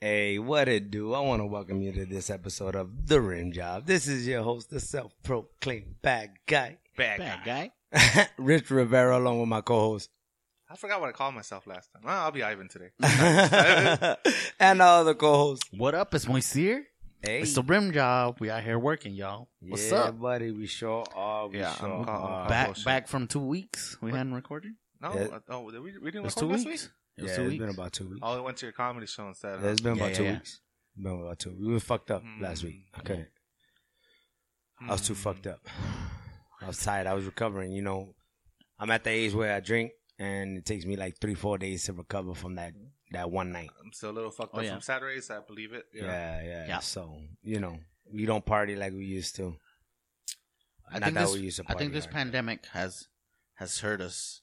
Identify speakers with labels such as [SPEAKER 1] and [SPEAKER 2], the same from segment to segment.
[SPEAKER 1] Hey, what it do? I want to welcome you to this episode of The Rim Job. This is your host, the self-proclaimed bad guy,
[SPEAKER 2] Bad,
[SPEAKER 3] Bad
[SPEAKER 2] guy.
[SPEAKER 3] guy.
[SPEAKER 1] Rich Rivera, along with my co-host.
[SPEAKER 2] I forgot what I called myself last time. Well, I'll be Ivan today.
[SPEAKER 1] and our other co-host.
[SPEAKER 3] What up? It's Moisir.
[SPEAKER 1] Hey,
[SPEAKER 3] It's the rim job. We out here working, y'all. What's
[SPEAKER 1] yeah,
[SPEAKER 3] up?
[SPEAKER 1] buddy? We sure are. We
[SPEAKER 3] Yeah,
[SPEAKER 1] sure
[SPEAKER 3] I'm
[SPEAKER 1] are.
[SPEAKER 2] back.
[SPEAKER 3] Back back from two weeks. We hadn't recorded.
[SPEAKER 2] No,
[SPEAKER 1] Yeah.
[SPEAKER 2] oh, did we, we
[SPEAKER 3] It
[SPEAKER 2] didn't
[SPEAKER 3] was
[SPEAKER 2] record
[SPEAKER 3] two
[SPEAKER 2] last
[SPEAKER 3] weeks.
[SPEAKER 2] week.
[SPEAKER 3] It was
[SPEAKER 1] yeah,
[SPEAKER 3] two
[SPEAKER 1] it's
[SPEAKER 3] weeks.
[SPEAKER 1] been about two weeks.
[SPEAKER 2] Oh, we went to your comedy show instead.
[SPEAKER 1] Yeah,
[SPEAKER 2] Huh?
[SPEAKER 1] it's been
[SPEAKER 3] Yeah,
[SPEAKER 1] about
[SPEAKER 3] yeah,
[SPEAKER 1] two
[SPEAKER 3] yeah. Mm-hmm.
[SPEAKER 1] weeks. Been about two. We were fucked up last week. I couldn't. I was too
[SPEAKER 2] Hmm.
[SPEAKER 1] fucked up. I was tired. I was recovering. You know, I'm at the age where I drink, and it takes me like three, four days to recover from that that one night.
[SPEAKER 2] I'm still a little fucked
[SPEAKER 3] Oh,
[SPEAKER 2] up
[SPEAKER 3] yeah.
[SPEAKER 2] from Saturday, so I believe it.
[SPEAKER 1] Yeah,
[SPEAKER 2] Yeah.
[SPEAKER 1] yeah.
[SPEAKER 3] Yeah.
[SPEAKER 1] So you know, we don't party like we used to.
[SPEAKER 3] I
[SPEAKER 1] Not
[SPEAKER 3] think
[SPEAKER 1] that
[SPEAKER 3] this,
[SPEAKER 1] we used to
[SPEAKER 3] I
[SPEAKER 1] party.
[SPEAKER 3] think this
[SPEAKER 1] like that.
[SPEAKER 3] pandemic has has hurt us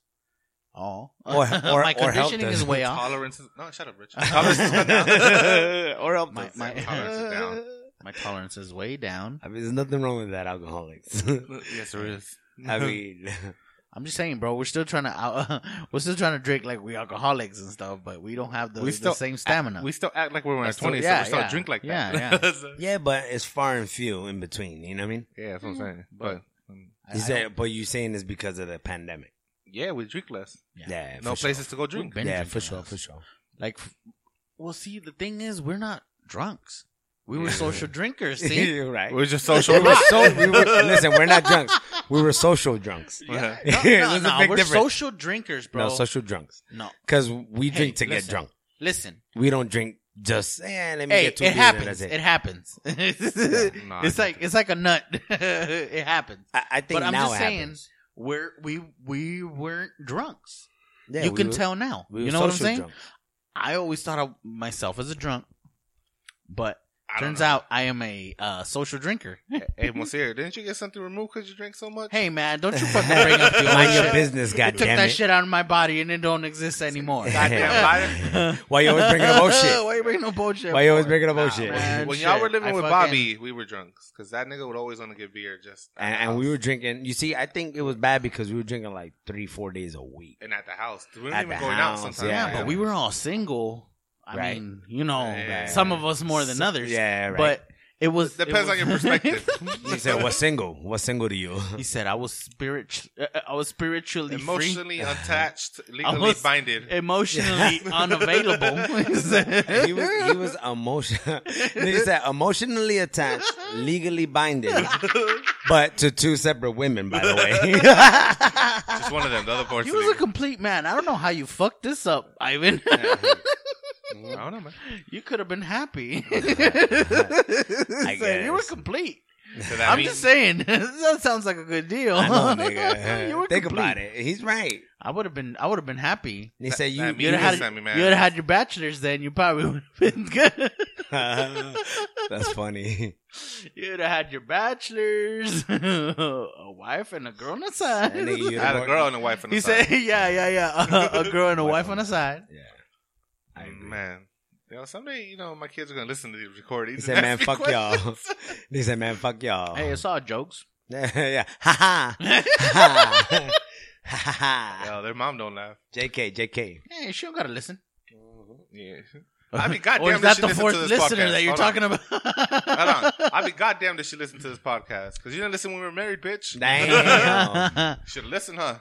[SPEAKER 3] all.
[SPEAKER 1] Or- or-
[SPEAKER 3] my
[SPEAKER 1] or helped
[SPEAKER 3] conditioning
[SPEAKER 1] us.
[SPEAKER 3] is way off.
[SPEAKER 2] Tolerance is no. Shut up, Rich. Tolerance is down.
[SPEAKER 1] or up
[SPEAKER 3] My-
[SPEAKER 1] to-
[SPEAKER 3] my-
[SPEAKER 2] Tolerance is down.
[SPEAKER 3] My tolerance is way down.
[SPEAKER 1] I mean, there's nothing wrong with that, alcoholics.
[SPEAKER 2] yes, there is.
[SPEAKER 1] I mean,
[SPEAKER 3] I'm just saying, bro. We're still trying to out, we're still trying to drink like we alcoholics and stuff, but we don't have the,
[SPEAKER 2] We
[SPEAKER 3] the
[SPEAKER 2] still-
[SPEAKER 3] same stamina.
[SPEAKER 2] we still act like we were in our
[SPEAKER 3] That's still-
[SPEAKER 2] twenties, so
[SPEAKER 3] yeah,
[SPEAKER 2] we still
[SPEAKER 3] yeah.
[SPEAKER 2] drink like
[SPEAKER 3] Yeah,
[SPEAKER 2] that. Yeah, yeah.
[SPEAKER 1] yeah, but it's far and few in between. You know what I mean?
[SPEAKER 2] that's what I'm saying. hmm. But um,
[SPEAKER 3] I-
[SPEAKER 1] Is
[SPEAKER 3] I
[SPEAKER 1] that, but you saying it's because of the pandemic?
[SPEAKER 2] yeah, we drink less.
[SPEAKER 3] Yeah.
[SPEAKER 1] Yeah,
[SPEAKER 2] No
[SPEAKER 1] for
[SPEAKER 2] places to go
[SPEAKER 3] don't-
[SPEAKER 2] drink.
[SPEAKER 3] we've been
[SPEAKER 1] Sure. Yeah,
[SPEAKER 3] drinking
[SPEAKER 1] for sure,
[SPEAKER 3] less.
[SPEAKER 1] for sure.
[SPEAKER 3] Like, f- well, see, the thing is, we're not drunks. We were social drinkers. See,
[SPEAKER 1] You're right.
[SPEAKER 2] We're just
[SPEAKER 1] We
[SPEAKER 2] social.
[SPEAKER 1] were so, we were, listen, we're not drunks. We were social drunks.
[SPEAKER 2] Yeah.
[SPEAKER 3] no,
[SPEAKER 1] There's
[SPEAKER 3] no,
[SPEAKER 1] a
[SPEAKER 3] no,
[SPEAKER 1] big
[SPEAKER 3] we're
[SPEAKER 1] difference.
[SPEAKER 3] social drinkers,
[SPEAKER 1] No,
[SPEAKER 3] bro.
[SPEAKER 1] social drunks.
[SPEAKER 3] no,
[SPEAKER 1] Because we
[SPEAKER 3] Hey,
[SPEAKER 1] drink to get
[SPEAKER 3] listen.
[SPEAKER 1] drunk.
[SPEAKER 3] listen.
[SPEAKER 1] We don't drink just, eh, let me
[SPEAKER 3] Hey,
[SPEAKER 1] get
[SPEAKER 3] it
[SPEAKER 1] two beers and
[SPEAKER 3] happens.
[SPEAKER 1] that's
[SPEAKER 3] It.
[SPEAKER 1] it.
[SPEAKER 3] happens.
[SPEAKER 2] nah,
[SPEAKER 3] it's
[SPEAKER 2] I
[SPEAKER 3] like it's like a nut. it happens.
[SPEAKER 1] I, I think
[SPEAKER 3] But I'm
[SPEAKER 1] now
[SPEAKER 3] just
[SPEAKER 1] it
[SPEAKER 3] saying,
[SPEAKER 1] happens.
[SPEAKER 3] we're we we weren't drunks.
[SPEAKER 1] Yeah,
[SPEAKER 3] you
[SPEAKER 1] we
[SPEAKER 3] can
[SPEAKER 1] were-
[SPEAKER 3] tell now.
[SPEAKER 1] we
[SPEAKER 3] you
[SPEAKER 1] were
[SPEAKER 3] know what I'm
[SPEAKER 1] social
[SPEAKER 3] saying?
[SPEAKER 1] drunks.
[SPEAKER 3] I always thought of myself as a drunk, but
[SPEAKER 2] I don't
[SPEAKER 3] turns
[SPEAKER 2] know.
[SPEAKER 3] out I am a uh, social drinker.
[SPEAKER 2] Hey, Monsieur, didn't you get something removed because you drank so much?
[SPEAKER 3] hey man, don't you fucking bring up the old
[SPEAKER 1] Mind your
[SPEAKER 3] shit.
[SPEAKER 1] business,
[SPEAKER 3] You took
[SPEAKER 1] goddamn
[SPEAKER 3] that
[SPEAKER 1] it.
[SPEAKER 3] shit out of my body and it don't exist anymore.
[SPEAKER 2] Goddamn liar.
[SPEAKER 1] Why you always bringing up old shit?
[SPEAKER 3] Why you bringing up bullshit?
[SPEAKER 1] Why you always
[SPEAKER 3] for?
[SPEAKER 1] bringing up
[SPEAKER 2] Nah,
[SPEAKER 1] old Oh, shit?
[SPEAKER 3] man.
[SPEAKER 1] And,
[SPEAKER 2] When
[SPEAKER 3] shit.
[SPEAKER 2] y'all were living
[SPEAKER 3] I
[SPEAKER 2] with
[SPEAKER 3] fucking-
[SPEAKER 2] Bobby, we were drunks because that nigga would always want to get beer. Just at the
[SPEAKER 1] and we
[SPEAKER 2] house.
[SPEAKER 1] were drinking. You see, I think it was bad because we were drinking like three, four days a week.
[SPEAKER 2] and at the house. We weren't
[SPEAKER 1] At
[SPEAKER 2] even
[SPEAKER 1] the
[SPEAKER 2] going
[SPEAKER 1] house,
[SPEAKER 2] out sometimes.
[SPEAKER 3] Yeah,
[SPEAKER 1] Yeah.
[SPEAKER 3] but we were all single. I
[SPEAKER 1] Right.
[SPEAKER 3] mean, you know,
[SPEAKER 2] Yeah.
[SPEAKER 3] some of us more than
[SPEAKER 1] So-
[SPEAKER 3] others.
[SPEAKER 1] Yeah, right.
[SPEAKER 3] But it was
[SPEAKER 2] Depends
[SPEAKER 3] it
[SPEAKER 2] on your
[SPEAKER 3] was-
[SPEAKER 2] perspective.
[SPEAKER 1] He said, "What's single? What's single to you?"
[SPEAKER 3] he said I was spiritual. I was spiritually free.
[SPEAKER 2] Emotionally untached, legally
[SPEAKER 3] Almost-
[SPEAKER 2] binded.
[SPEAKER 3] Emotionally unavailable. He said-
[SPEAKER 1] he was he was emotion. he said emotionally attached, legally binded, but to two separate women. By the way,
[SPEAKER 2] Just one of them. The other parts.
[SPEAKER 3] He was a complete man. I don't know how you fucked this up, Ivan.
[SPEAKER 2] I don't know, man.
[SPEAKER 3] you could have been happy.
[SPEAKER 1] I
[SPEAKER 3] Said, You were
[SPEAKER 1] guess.
[SPEAKER 3] complete.
[SPEAKER 2] So that
[SPEAKER 3] I'm
[SPEAKER 2] means-
[SPEAKER 3] just saying, that sounds like a good deal.
[SPEAKER 1] I know, nigga.
[SPEAKER 3] You were
[SPEAKER 1] Think
[SPEAKER 3] complete.
[SPEAKER 1] about it. He's right.
[SPEAKER 3] I would have been. I would have been happy.
[SPEAKER 1] They said you.
[SPEAKER 2] that
[SPEAKER 3] You'd
[SPEAKER 2] means-
[SPEAKER 3] have
[SPEAKER 2] Yes,
[SPEAKER 3] had,
[SPEAKER 2] Sammy, man.
[SPEAKER 3] you'd have had your bachelor's then. You probably would have been good.
[SPEAKER 1] That's funny.
[SPEAKER 3] you'd have had your bachelor's, a wife and a girl on the
[SPEAKER 1] That nigga,
[SPEAKER 3] side.
[SPEAKER 1] you
[SPEAKER 2] I had a
[SPEAKER 1] don't-
[SPEAKER 2] girl and a wife. And a
[SPEAKER 3] He
[SPEAKER 2] son.
[SPEAKER 3] said, "Yeah, yeah, yeah, a girl and a wife on the side."
[SPEAKER 1] Yeah. I agree.
[SPEAKER 2] "Man, you know, someday, you know, my kids are gonna listen to these recordings."
[SPEAKER 1] He
[SPEAKER 2] and
[SPEAKER 1] said, "Man,
[SPEAKER 2] ask me
[SPEAKER 1] fuck y'all."
[SPEAKER 2] questions."
[SPEAKER 1] He said, "Man, fuck y'all."
[SPEAKER 3] Hey, it's all jokes.
[SPEAKER 1] yeah. Ha ha. ha ha. Ha ha.
[SPEAKER 2] No, their mom don't laugh.
[SPEAKER 1] JK, JK.
[SPEAKER 3] Hey, she don't gotta listen.
[SPEAKER 2] Yeah. I mean, goddamn,
[SPEAKER 3] Or is
[SPEAKER 2] that
[SPEAKER 3] that
[SPEAKER 2] she
[SPEAKER 3] the
[SPEAKER 2] listened
[SPEAKER 3] fourth
[SPEAKER 2] to this
[SPEAKER 3] listener
[SPEAKER 2] podcast.
[SPEAKER 3] that you're
[SPEAKER 2] Hold on.
[SPEAKER 3] talking about?
[SPEAKER 2] Hold on. I'd be goddamn that she listened to this podcast because you didn't listen when we were married, bitch.
[SPEAKER 1] Damn.
[SPEAKER 2] Should listen, huh?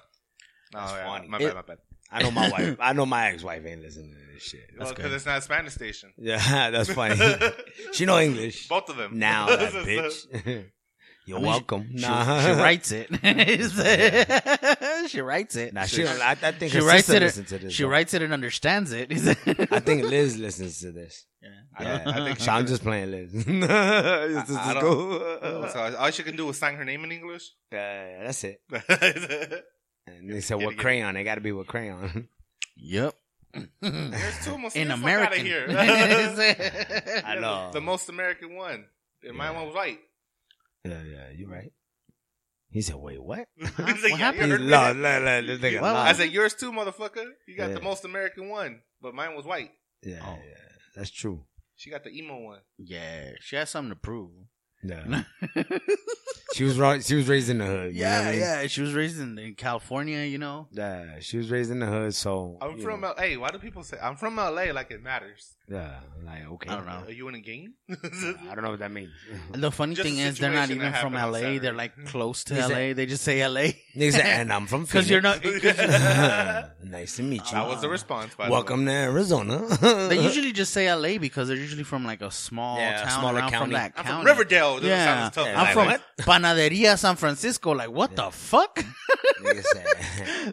[SPEAKER 2] No,
[SPEAKER 1] That's
[SPEAKER 2] yeah,
[SPEAKER 1] funny.
[SPEAKER 2] My
[SPEAKER 1] It-
[SPEAKER 2] bad, my bad.
[SPEAKER 1] I know my wife. I know my ex-wife ain't listening to this shit.
[SPEAKER 2] Well,
[SPEAKER 3] good.
[SPEAKER 2] because it's not a Spanish station.
[SPEAKER 1] Yeah, that's funny. she know English
[SPEAKER 2] Both of them.
[SPEAKER 1] now, that bitch. You're
[SPEAKER 3] I mean, she-
[SPEAKER 1] welcome.
[SPEAKER 3] She,
[SPEAKER 1] nah,
[SPEAKER 3] she writes it. she writes it.
[SPEAKER 1] Nah, she.
[SPEAKER 3] she,
[SPEAKER 1] don't- I, I think
[SPEAKER 3] she
[SPEAKER 1] her
[SPEAKER 3] writes
[SPEAKER 1] sister
[SPEAKER 3] it-
[SPEAKER 1] listens to this.
[SPEAKER 3] she
[SPEAKER 1] though.
[SPEAKER 3] writes it and understands it.
[SPEAKER 1] I think Liz listens to this. Yeah,
[SPEAKER 2] I think
[SPEAKER 1] so
[SPEAKER 2] she-
[SPEAKER 1] I'm just playing Liz. This is
[SPEAKER 2] I don't-
[SPEAKER 1] cool.
[SPEAKER 2] Oh, So all she can do is sign her name in English.
[SPEAKER 1] Yeah, that's it.
[SPEAKER 2] There's
[SPEAKER 1] And they said,
[SPEAKER 2] Get it,
[SPEAKER 1] "What
[SPEAKER 2] get it.
[SPEAKER 1] crayon? It got to be what crayon."
[SPEAKER 3] yep.
[SPEAKER 2] two Muslims
[SPEAKER 3] In
[SPEAKER 2] out
[SPEAKER 3] American.
[SPEAKER 2] here.
[SPEAKER 1] I
[SPEAKER 2] Yeah, the-
[SPEAKER 1] know.
[SPEAKER 2] the most American one. And my
[SPEAKER 1] Yeah.
[SPEAKER 2] one was white.
[SPEAKER 1] Yeah, yeah, you right. He said, "Wait, what?"
[SPEAKER 2] He's like,
[SPEAKER 3] What
[SPEAKER 2] "Yeah, you
[SPEAKER 3] happened?
[SPEAKER 1] He
[SPEAKER 2] heard me?"
[SPEAKER 1] lied, lied, lied. This nigga
[SPEAKER 3] Well,
[SPEAKER 1] lied.
[SPEAKER 2] I said, "Yours too, motherfucker. You got
[SPEAKER 1] Yeah.
[SPEAKER 2] the most American one, but mine was white.
[SPEAKER 1] yeah,
[SPEAKER 3] Oh.
[SPEAKER 1] yeah, that's true.
[SPEAKER 2] She got the emo one."
[SPEAKER 3] yeah, she has something to prove.
[SPEAKER 1] No. she was ra- she was raised in the hood. you know what
[SPEAKER 3] yeah,
[SPEAKER 1] I mean?
[SPEAKER 3] yeah. She was raised in, in California, you know.
[SPEAKER 1] Yeah, she was raised in the hood, so
[SPEAKER 2] I'm
[SPEAKER 1] you
[SPEAKER 2] from
[SPEAKER 1] know,
[SPEAKER 2] LA. Why do people say I'm from LA like it matters?
[SPEAKER 1] yeah, like okay.
[SPEAKER 3] I don't know.
[SPEAKER 2] Are you in a gang?
[SPEAKER 1] I don't know what that means.
[SPEAKER 3] And the funny
[SPEAKER 2] Just
[SPEAKER 3] thing
[SPEAKER 2] the
[SPEAKER 3] is, they're not
[SPEAKER 2] situation
[SPEAKER 3] even
[SPEAKER 2] that
[SPEAKER 3] from LA.
[SPEAKER 2] happened on
[SPEAKER 3] They're
[SPEAKER 2] Saturday.
[SPEAKER 3] like close to
[SPEAKER 1] He
[SPEAKER 3] LA.
[SPEAKER 1] said-
[SPEAKER 3] they just say LA
[SPEAKER 1] Niggas say, and I'm from
[SPEAKER 3] because
[SPEAKER 1] Phoenix.
[SPEAKER 3] you're not. 'cause you-
[SPEAKER 1] nice to meet you.
[SPEAKER 2] that was the response. By the way.
[SPEAKER 1] Welcome to Arizona.
[SPEAKER 3] they usually just say LA because they're usually from like a small
[SPEAKER 1] Yeah,
[SPEAKER 3] town
[SPEAKER 1] smaller
[SPEAKER 3] around from
[SPEAKER 1] county.
[SPEAKER 3] that
[SPEAKER 2] I'm
[SPEAKER 3] county.
[SPEAKER 2] from Riverdale. Doesn't
[SPEAKER 3] Yeah,
[SPEAKER 2] sound as tough.
[SPEAKER 1] Yeah,
[SPEAKER 3] I'm
[SPEAKER 1] Like,
[SPEAKER 3] from
[SPEAKER 1] what?
[SPEAKER 3] Panaderia San Francisco. Like, what the fuck?
[SPEAKER 1] Niggas say,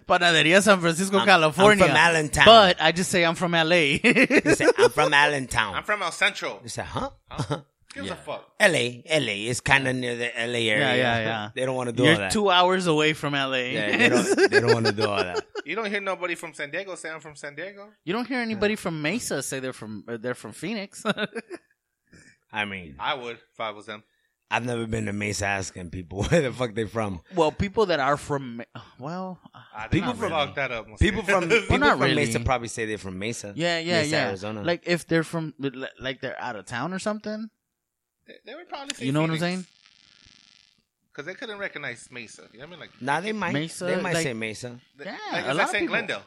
[SPEAKER 3] Panaderia San Francisco,
[SPEAKER 1] I'm-
[SPEAKER 3] California.
[SPEAKER 1] I'm from Allentown.
[SPEAKER 3] But I just say I'm from LA.
[SPEAKER 1] They say, I'm from Allentown.
[SPEAKER 2] I'm from El Centro.
[SPEAKER 1] they say, huh?
[SPEAKER 2] Gives a fuck.
[SPEAKER 1] LA, LA is kind of near the LA area.
[SPEAKER 3] Yeah, yeah, yeah.
[SPEAKER 1] They don't want to do all
[SPEAKER 3] You're
[SPEAKER 1] that.
[SPEAKER 3] two hours away from LA.
[SPEAKER 1] yeah, they don't, they don't want to do all that.
[SPEAKER 2] You don't hear nobody from San Diego say I'm from San Diego.
[SPEAKER 3] you don't hear anybody from Mesa say they're from uh, they're from Phoenix.
[SPEAKER 1] I mean,
[SPEAKER 2] I would if I was them.
[SPEAKER 1] I've never been to Mesa asking people where the fuck they from.
[SPEAKER 3] well, people that are from Me- well,
[SPEAKER 2] I did
[SPEAKER 1] People
[SPEAKER 2] not
[SPEAKER 1] from-
[SPEAKER 2] fuck that up. Mosquito.
[SPEAKER 1] People from people
[SPEAKER 3] not
[SPEAKER 1] from
[SPEAKER 3] really.
[SPEAKER 1] Mesa probably say they're from Mesa.
[SPEAKER 3] yeah, yeah,
[SPEAKER 1] Mesa,
[SPEAKER 3] yeah.
[SPEAKER 1] Arizona.
[SPEAKER 3] Like if they're from like they're out of town or something.
[SPEAKER 2] They- they would probably say
[SPEAKER 3] You know what I'm
[SPEAKER 2] Phoenix,
[SPEAKER 3] saying?
[SPEAKER 2] Cause they couldn't recognize Mesa. You know what I mean? Like,
[SPEAKER 1] nah, they might
[SPEAKER 3] Mesa,
[SPEAKER 1] they might
[SPEAKER 3] like-
[SPEAKER 1] say Mesa.
[SPEAKER 2] they-
[SPEAKER 3] Yeah,
[SPEAKER 2] like it's
[SPEAKER 3] a lot
[SPEAKER 2] like
[SPEAKER 3] of
[SPEAKER 2] saying
[SPEAKER 3] people.
[SPEAKER 2] Glendale.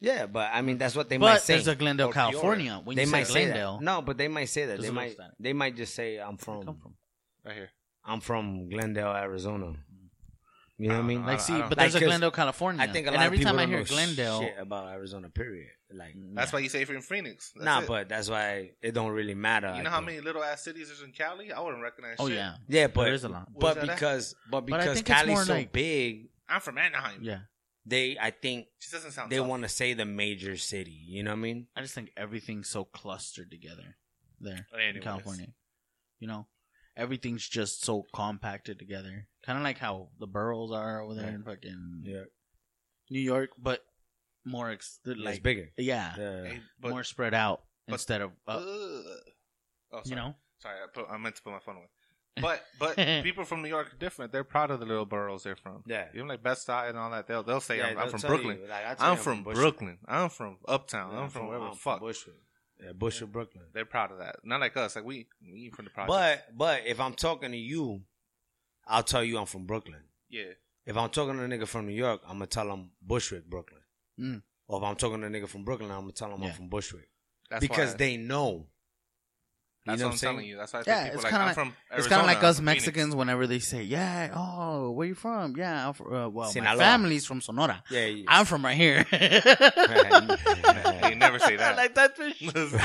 [SPEAKER 1] Yeah, but I mean that's what they might
[SPEAKER 3] But
[SPEAKER 1] say.
[SPEAKER 3] there's a Glendale,
[SPEAKER 2] Or Peoria.
[SPEAKER 3] California. When
[SPEAKER 1] they
[SPEAKER 3] you say
[SPEAKER 1] might say
[SPEAKER 3] Glendale,
[SPEAKER 1] that. No, but they might say that. They
[SPEAKER 3] Doesn't
[SPEAKER 1] might
[SPEAKER 3] look that.
[SPEAKER 1] they might just say I'm from,
[SPEAKER 3] come from?
[SPEAKER 2] Right here.
[SPEAKER 1] I'm from Glendale, Arizona. You know what I
[SPEAKER 2] I
[SPEAKER 1] mean?
[SPEAKER 2] don't know.
[SPEAKER 3] Like,
[SPEAKER 2] I
[SPEAKER 3] see,
[SPEAKER 2] don't-
[SPEAKER 1] Uh,
[SPEAKER 3] but
[SPEAKER 1] Like,
[SPEAKER 3] there's a
[SPEAKER 1] 'cause
[SPEAKER 3] Glendale, California.
[SPEAKER 1] I think a lot
[SPEAKER 3] and every
[SPEAKER 1] of people
[SPEAKER 3] time I
[SPEAKER 1] don't
[SPEAKER 3] hear
[SPEAKER 1] know
[SPEAKER 3] Glendale, Mm.
[SPEAKER 1] shit about Arizona. Period. Like
[SPEAKER 2] That's why you say you're from Phoenix. That's
[SPEAKER 1] nah,
[SPEAKER 2] it.
[SPEAKER 1] but that's why it don't really matter.
[SPEAKER 2] you
[SPEAKER 1] I
[SPEAKER 2] know how
[SPEAKER 1] think.
[SPEAKER 2] many little ass cities there's in Cali? I wouldn't recognize.
[SPEAKER 3] uh, oh
[SPEAKER 2] shit.
[SPEAKER 3] yeah,
[SPEAKER 1] Yeah, but
[SPEAKER 3] there is a lot.
[SPEAKER 1] but
[SPEAKER 2] Where's that at?
[SPEAKER 1] because but
[SPEAKER 3] But I
[SPEAKER 1] because
[SPEAKER 3] think it's more
[SPEAKER 1] Cali's so
[SPEAKER 3] like-
[SPEAKER 1] big,
[SPEAKER 2] I'm from Anaheim.
[SPEAKER 3] Yeah,
[SPEAKER 1] they I think
[SPEAKER 2] She doesn't sound.
[SPEAKER 1] they
[SPEAKER 2] tough.
[SPEAKER 1] want to say the major city. You know what I mean?
[SPEAKER 3] I just think everything's so clustered together there in
[SPEAKER 2] Anyways.
[SPEAKER 3] California. You know, everything's just so compacted together, kind of like how the boroughs are over there
[SPEAKER 1] Yeah.
[SPEAKER 3] in fucking
[SPEAKER 1] Yeah,
[SPEAKER 3] New York, but more ex- they're
[SPEAKER 1] it's
[SPEAKER 3] like
[SPEAKER 1] bigger.
[SPEAKER 3] yeah,
[SPEAKER 1] Yeah.
[SPEAKER 2] Hey, eh, but,
[SPEAKER 3] more spread out
[SPEAKER 2] but-
[SPEAKER 3] instead of
[SPEAKER 2] Ugh.
[SPEAKER 3] up,
[SPEAKER 2] oh, sorry.
[SPEAKER 3] you know.
[SPEAKER 2] Sorry, I, put, I meant to put my phone away. But but people from New York are different. They're proud of the little boroughs they're from.
[SPEAKER 1] Yeah.
[SPEAKER 2] Even like Best Eye and all that. They'll they'll say
[SPEAKER 1] Yeah,
[SPEAKER 2] I'm,
[SPEAKER 1] they'll
[SPEAKER 2] I'm from
[SPEAKER 1] tell you,
[SPEAKER 2] Brooklyn.
[SPEAKER 1] like, I'll tell you
[SPEAKER 2] I'm from
[SPEAKER 1] Bushwick.
[SPEAKER 2] Brooklyn. I'm from Uptown.
[SPEAKER 1] Yeah,
[SPEAKER 2] I'm from wherever. the Fuck.
[SPEAKER 1] Bushwick. Yeah, Bushwick, Brooklyn.
[SPEAKER 2] They're proud of that. Not like us. Like we we ain't from the project.
[SPEAKER 1] But but if I'm talking to you, I'll tell you I'm from Brooklyn.
[SPEAKER 2] yeah,
[SPEAKER 1] If I'm talking to a nigga from New York, I'm gonna tell him Bushwick, Brooklyn.
[SPEAKER 2] Hmm.
[SPEAKER 3] Mm.
[SPEAKER 1] Or if I'm talking to a nigga from Brooklyn, I'm gonna tell him
[SPEAKER 3] Yeah.
[SPEAKER 1] I'm from Bushwick
[SPEAKER 2] that's
[SPEAKER 1] because
[SPEAKER 2] why,
[SPEAKER 1] they know. You
[SPEAKER 2] That's
[SPEAKER 1] know what
[SPEAKER 2] what I'm
[SPEAKER 1] I'm saying?
[SPEAKER 2] telling you. That's why I
[SPEAKER 3] Yeah,
[SPEAKER 2] yeah, people
[SPEAKER 3] it's
[SPEAKER 2] like
[SPEAKER 3] kinda
[SPEAKER 2] I'm
[SPEAKER 3] like-
[SPEAKER 2] from.
[SPEAKER 3] It's kind of like us
[SPEAKER 2] Arizona, I'm from Phoenix.
[SPEAKER 3] Mexicans whenever they say, "Yeah, oh, where you from? Yeah, I'm from, uh, well, my
[SPEAKER 1] Sinaloa.
[SPEAKER 3] family's from Sonora.
[SPEAKER 1] Yeah, yeah.
[SPEAKER 3] I'm from right here."
[SPEAKER 2] They never say that.
[SPEAKER 3] like that's for sure.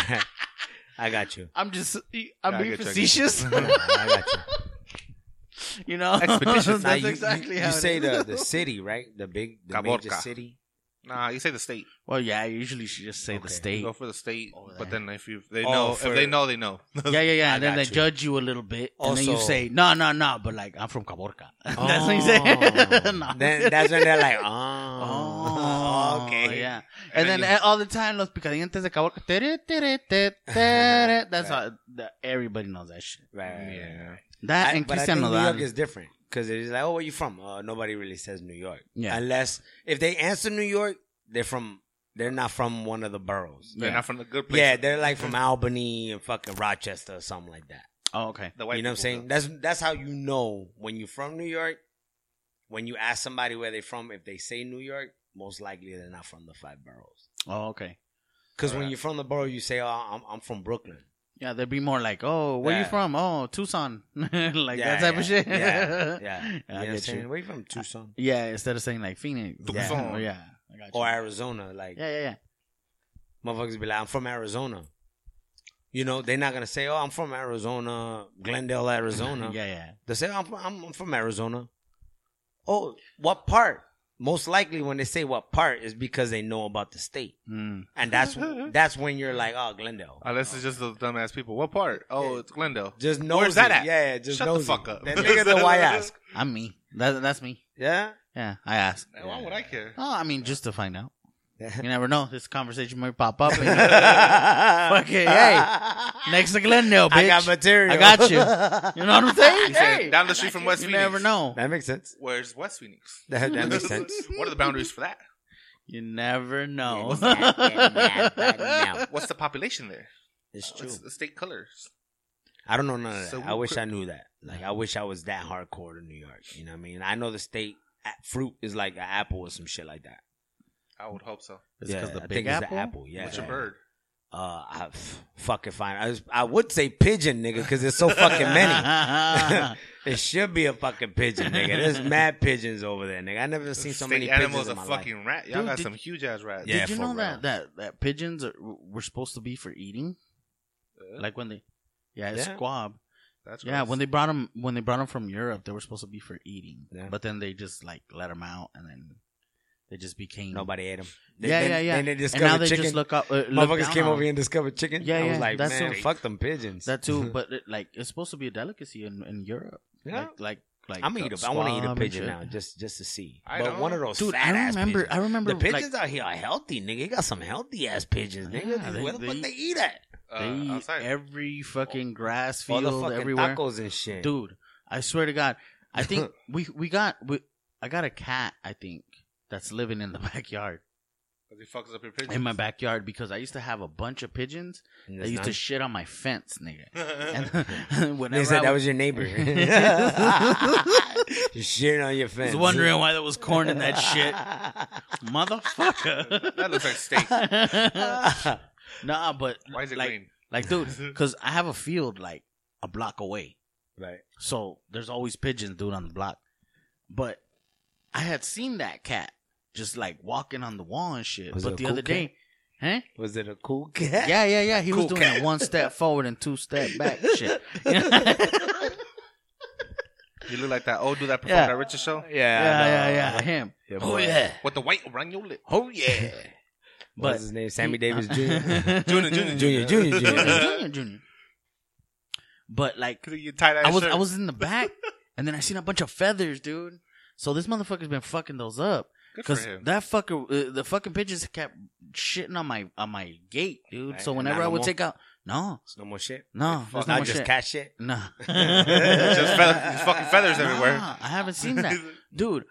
[SPEAKER 1] I got you.
[SPEAKER 3] I'm just
[SPEAKER 2] Yeah,
[SPEAKER 3] I'm
[SPEAKER 2] I
[SPEAKER 3] being
[SPEAKER 2] get you, I get
[SPEAKER 3] facetious.
[SPEAKER 1] Yeah, I got you.
[SPEAKER 3] you know,
[SPEAKER 2] Expeditious.
[SPEAKER 3] That's
[SPEAKER 1] Now, you,
[SPEAKER 3] exactly
[SPEAKER 1] you,
[SPEAKER 3] how
[SPEAKER 1] you
[SPEAKER 3] it
[SPEAKER 1] say
[SPEAKER 3] is.
[SPEAKER 1] the, the city, right? The big, the major
[SPEAKER 2] Caborca.
[SPEAKER 1] city.
[SPEAKER 2] Nah, you say the state.
[SPEAKER 3] Well, yeah, I usually should just say the
[SPEAKER 1] Okay.
[SPEAKER 2] You
[SPEAKER 3] state.
[SPEAKER 2] go for the state,
[SPEAKER 3] Over
[SPEAKER 2] but
[SPEAKER 3] there.
[SPEAKER 2] then if you they
[SPEAKER 1] Oh,
[SPEAKER 2] know
[SPEAKER 1] for-
[SPEAKER 2] if they know they know.
[SPEAKER 3] Yeah, yeah, yeah.
[SPEAKER 1] I
[SPEAKER 3] And then
[SPEAKER 1] got
[SPEAKER 3] they
[SPEAKER 1] you.
[SPEAKER 3] judge you a little bit, and then you
[SPEAKER 1] Also-
[SPEAKER 3] say, "No, no, no," but like I'm from Caborca. that's what you say.
[SPEAKER 1] Oh.
[SPEAKER 3] No.
[SPEAKER 1] Then that's when they're like, oh,
[SPEAKER 3] Oh,
[SPEAKER 1] okay,
[SPEAKER 3] yeah. And,
[SPEAKER 2] And
[SPEAKER 3] then,
[SPEAKER 2] then
[SPEAKER 3] uh, all the time, los picadientes de Caborca. tere, tere, tere, tere. That's
[SPEAKER 1] Right.
[SPEAKER 3] how that, everybody knows that shit.
[SPEAKER 1] right, right, right, right.
[SPEAKER 2] yeah,
[SPEAKER 3] That
[SPEAKER 1] I-
[SPEAKER 3] and
[SPEAKER 1] but I
[SPEAKER 3] Cristian
[SPEAKER 1] think New York
[SPEAKER 3] Nodal.
[SPEAKER 1] is different because it is like, oh, where you from? Uh, nobody really says New York,
[SPEAKER 3] Yeah.
[SPEAKER 1] Unless if they answer New York, they're from. They're not from one of the boroughs.
[SPEAKER 2] they're
[SPEAKER 3] Yeah.
[SPEAKER 2] not from the good place.
[SPEAKER 1] Yeah, they're like from Albany and fucking Rochester or something like that.
[SPEAKER 3] Oh, okay.
[SPEAKER 2] the white
[SPEAKER 1] you know what I'm
[SPEAKER 2] people
[SPEAKER 1] saying?
[SPEAKER 2] do.
[SPEAKER 1] That's that's how you know when you're from New York. When you ask somebody where they're from, if they say New York, most likely they're not from the five boroughs.
[SPEAKER 3] Oh, okay.
[SPEAKER 1] Because when
[SPEAKER 2] Right.
[SPEAKER 1] you're from the borough, you say, "Oh, I'm, I'm from Brooklyn."
[SPEAKER 3] Yeah, they'd be more like, "Oh, where you
[SPEAKER 1] Yeah.
[SPEAKER 3] from? Oh, Tucson." like
[SPEAKER 1] Yeah,
[SPEAKER 3] that type of
[SPEAKER 1] yeah,
[SPEAKER 3] shit.
[SPEAKER 1] Yeah, yeah. You know
[SPEAKER 3] I
[SPEAKER 1] what I'm
[SPEAKER 3] get
[SPEAKER 1] saying?
[SPEAKER 3] you.
[SPEAKER 1] Where you from? Tucson
[SPEAKER 3] Yeah, instead of saying like Phoenix.
[SPEAKER 2] Yeah.
[SPEAKER 3] Yeah. Oh, yeah. I got you.
[SPEAKER 1] or Arizona? Like
[SPEAKER 3] yeah, yeah, yeah.
[SPEAKER 1] motherfuckers be like, "I'm from Arizona." You know, they're not gonna say, "Oh, I'm from Arizona, Glendale, Arizona."
[SPEAKER 3] Yeah, yeah.
[SPEAKER 1] They say, "I'm from, I'm I'm from Arizona." Oh, what part? Most likely, when they say what part, is because they know about the state.
[SPEAKER 3] Mm.
[SPEAKER 1] and that's that's when you're like, oh, Glendale.
[SPEAKER 2] Unless it's just those dumbass people. What part? Oh, it's Glendale.
[SPEAKER 1] Just knows
[SPEAKER 2] Where's that
[SPEAKER 1] it.
[SPEAKER 2] at?
[SPEAKER 1] Yeah, yeah, just
[SPEAKER 2] Shut the
[SPEAKER 1] knows it.
[SPEAKER 2] fuck up.
[SPEAKER 1] That nigga know why I ask.
[SPEAKER 3] I'm me. That, that's me.
[SPEAKER 1] Yeah,
[SPEAKER 3] Yeah, I asked.
[SPEAKER 2] Hey, Why would I care?
[SPEAKER 3] Oh, I mean, just to find out.
[SPEAKER 1] Yeah.
[SPEAKER 3] You never know. This conversation might pop up. and-
[SPEAKER 1] fuck
[SPEAKER 3] it, next to Glendale, Oh, bitch.
[SPEAKER 1] I got material.
[SPEAKER 3] I got you. You know what I'm saying?
[SPEAKER 2] You said
[SPEAKER 3] Hey,
[SPEAKER 2] down the street from West
[SPEAKER 3] you
[SPEAKER 2] Phoenix.
[SPEAKER 3] never know.
[SPEAKER 1] That makes sense.
[SPEAKER 2] Where's West Phoenix?
[SPEAKER 1] That, that makes sense.
[SPEAKER 2] what are the boundaries for that?
[SPEAKER 3] You never know.
[SPEAKER 1] Yeah, yeah, yeah, yeah, yeah.
[SPEAKER 2] What's the population there?
[SPEAKER 1] It's true.
[SPEAKER 2] What's the state colors?
[SPEAKER 1] I don't know none of that.
[SPEAKER 2] So
[SPEAKER 1] I
[SPEAKER 2] we
[SPEAKER 1] wish
[SPEAKER 2] could-
[SPEAKER 1] I knew that. Like I wish I was that hardcore to New York. You know what I mean? I know the state a- fruit is like an apple or some shit like that.
[SPEAKER 2] I would hope so.
[SPEAKER 3] It's because the
[SPEAKER 1] I
[SPEAKER 3] big
[SPEAKER 1] think
[SPEAKER 3] apple.
[SPEAKER 1] It's the apple. Yeah.
[SPEAKER 2] What's your bird?
[SPEAKER 1] Uh, I, f- fucking fine. I, was- I would say pigeon, nigga, because there's so fucking many. It should be a fucking pigeon, nigga. There's mad pigeons over there, nigga. I never seen so
[SPEAKER 2] Stink
[SPEAKER 1] many
[SPEAKER 2] animals
[SPEAKER 1] pigeons in
[SPEAKER 2] a
[SPEAKER 1] my
[SPEAKER 2] fucking
[SPEAKER 1] life.
[SPEAKER 2] rat. Y'all
[SPEAKER 3] Dude,
[SPEAKER 2] got
[SPEAKER 3] did-
[SPEAKER 2] some huge ass rats.
[SPEAKER 1] Yeah,
[SPEAKER 3] Did you
[SPEAKER 1] for
[SPEAKER 3] know
[SPEAKER 1] real.
[SPEAKER 3] that that that pigeons are, were supposed to be for eating?
[SPEAKER 2] Uh,
[SPEAKER 3] Like when they, yeah, it's
[SPEAKER 1] Yeah.
[SPEAKER 3] squab.
[SPEAKER 2] that's
[SPEAKER 3] Yeah,
[SPEAKER 2] gross.
[SPEAKER 3] when they brought them when they brought 'em from Europe, they were supposed to be for eating.
[SPEAKER 1] Yeah.
[SPEAKER 3] But then they just like let them out, and then they just became
[SPEAKER 1] Nobody ate them.
[SPEAKER 3] Yeah, yeah, yeah.
[SPEAKER 1] Then they
[SPEAKER 3] And now
[SPEAKER 1] discovered
[SPEAKER 3] they
[SPEAKER 1] chicken.
[SPEAKER 3] just look up. Uh, look
[SPEAKER 1] Motherfuckers
[SPEAKER 3] down
[SPEAKER 1] came
[SPEAKER 3] on
[SPEAKER 1] over
[SPEAKER 3] 'em.
[SPEAKER 1] here and discovered chicken.
[SPEAKER 3] Yeah,
[SPEAKER 1] I was
[SPEAKER 3] yeah,
[SPEAKER 1] like,
[SPEAKER 3] that's
[SPEAKER 1] man,
[SPEAKER 3] so-
[SPEAKER 1] fuck them pigeons.
[SPEAKER 3] That too, but it, like it's supposed to be a delicacy in, in Europe.
[SPEAKER 1] Yeah.
[SPEAKER 3] Like, like, like
[SPEAKER 1] I'm gonna eat a, I want to eat a
[SPEAKER 3] squab and
[SPEAKER 1] pigeon
[SPEAKER 3] shit.
[SPEAKER 1] now, just just to see.
[SPEAKER 2] I
[SPEAKER 1] but
[SPEAKER 2] don't.
[SPEAKER 1] one of those
[SPEAKER 3] Dude,
[SPEAKER 1] fat
[SPEAKER 3] I
[SPEAKER 1] ass
[SPEAKER 3] remember.
[SPEAKER 1] pigeons.
[SPEAKER 3] I
[SPEAKER 1] The
[SPEAKER 3] remember like,
[SPEAKER 1] pigeons out here are healthy, nigga. You got some healthy ass pigeons, nigga.
[SPEAKER 3] Yeah,
[SPEAKER 1] Where
[SPEAKER 3] they-
[SPEAKER 1] the fuck
[SPEAKER 3] they-
[SPEAKER 1] they eat at?
[SPEAKER 2] uh,
[SPEAKER 3] They eat
[SPEAKER 2] outside.
[SPEAKER 3] every fucking grass
[SPEAKER 1] Oh, All
[SPEAKER 3] field
[SPEAKER 1] the fucking
[SPEAKER 3] everywhere.
[SPEAKER 1] tacos and shit.
[SPEAKER 3] Dude, I swear to God, I think we we got we, I got a cat. I think that's living in the backyard,
[SPEAKER 2] 'Cause he fucks up your pigeons.
[SPEAKER 3] in my backyard, because I used to have a bunch of pigeons.
[SPEAKER 1] And
[SPEAKER 3] They
[SPEAKER 1] it's
[SPEAKER 3] used to
[SPEAKER 1] not-
[SPEAKER 3] shit on my fence, nigga.
[SPEAKER 2] and
[SPEAKER 3] And whenever
[SPEAKER 1] they said
[SPEAKER 3] I
[SPEAKER 1] that
[SPEAKER 3] was,
[SPEAKER 1] was your neighbor. You're shitting on your fence.
[SPEAKER 3] was wondering why there was corn in that shit, motherfucker.
[SPEAKER 2] that looks like steak.
[SPEAKER 3] nah, but
[SPEAKER 2] Why is it
[SPEAKER 3] like,
[SPEAKER 2] green?
[SPEAKER 3] like, dude, because I have a field like a block away.
[SPEAKER 1] right.
[SPEAKER 3] So there's always pigeons, dude, on the block. But I had seen that cat just like walking on the wall and shit.
[SPEAKER 1] Was it
[SPEAKER 3] but
[SPEAKER 1] a
[SPEAKER 3] the
[SPEAKER 1] cool
[SPEAKER 3] other day, huh?
[SPEAKER 1] Was it a cool cat?
[SPEAKER 3] Yeah, yeah, yeah. He was
[SPEAKER 1] Cool
[SPEAKER 3] doing
[SPEAKER 1] cat.
[SPEAKER 3] that one step forward and two step back shit.
[SPEAKER 2] You look like that old dude that performed
[SPEAKER 3] Yeah.
[SPEAKER 2] that Richard show
[SPEAKER 1] Yeah,
[SPEAKER 3] yeah, yeah,
[SPEAKER 1] I
[SPEAKER 3] yeah.
[SPEAKER 1] know.
[SPEAKER 3] Him.
[SPEAKER 1] Yeah,
[SPEAKER 3] Oh
[SPEAKER 1] boy.
[SPEAKER 3] yeah.
[SPEAKER 2] with the white around your lip.
[SPEAKER 3] Oh yeah.
[SPEAKER 1] What was
[SPEAKER 3] But
[SPEAKER 1] his name? Sammy Davis Jr.
[SPEAKER 2] Junior,
[SPEAKER 1] Junior,
[SPEAKER 2] junior,
[SPEAKER 1] junior,
[SPEAKER 3] junior,
[SPEAKER 1] junior.
[SPEAKER 3] junior, junior. But like,
[SPEAKER 2] Cause you tied that
[SPEAKER 3] I was
[SPEAKER 2] shirt.
[SPEAKER 3] I was in the back, and then I seen a bunch of feathers, dude. So this motherfucker's been fucking those up.
[SPEAKER 2] Good for
[SPEAKER 3] Cause
[SPEAKER 2] him.
[SPEAKER 3] that fucker, uh, the fucking pigeons kept shitting on my on my gate, dude.
[SPEAKER 1] Like
[SPEAKER 3] So
[SPEAKER 1] an
[SPEAKER 3] whenever I would
[SPEAKER 1] animal?
[SPEAKER 3] take out, no,
[SPEAKER 1] It's no more shit.
[SPEAKER 3] no, there's no
[SPEAKER 1] Not
[SPEAKER 3] more
[SPEAKER 1] just
[SPEAKER 3] shit.
[SPEAKER 1] cat shit.
[SPEAKER 3] No,
[SPEAKER 2] just feather, just fucking feathers
[SPEAKER 3] Nah,
[SPEAKER 2] everywhere.
[SPEAKER 3] I haven't seen that, dude.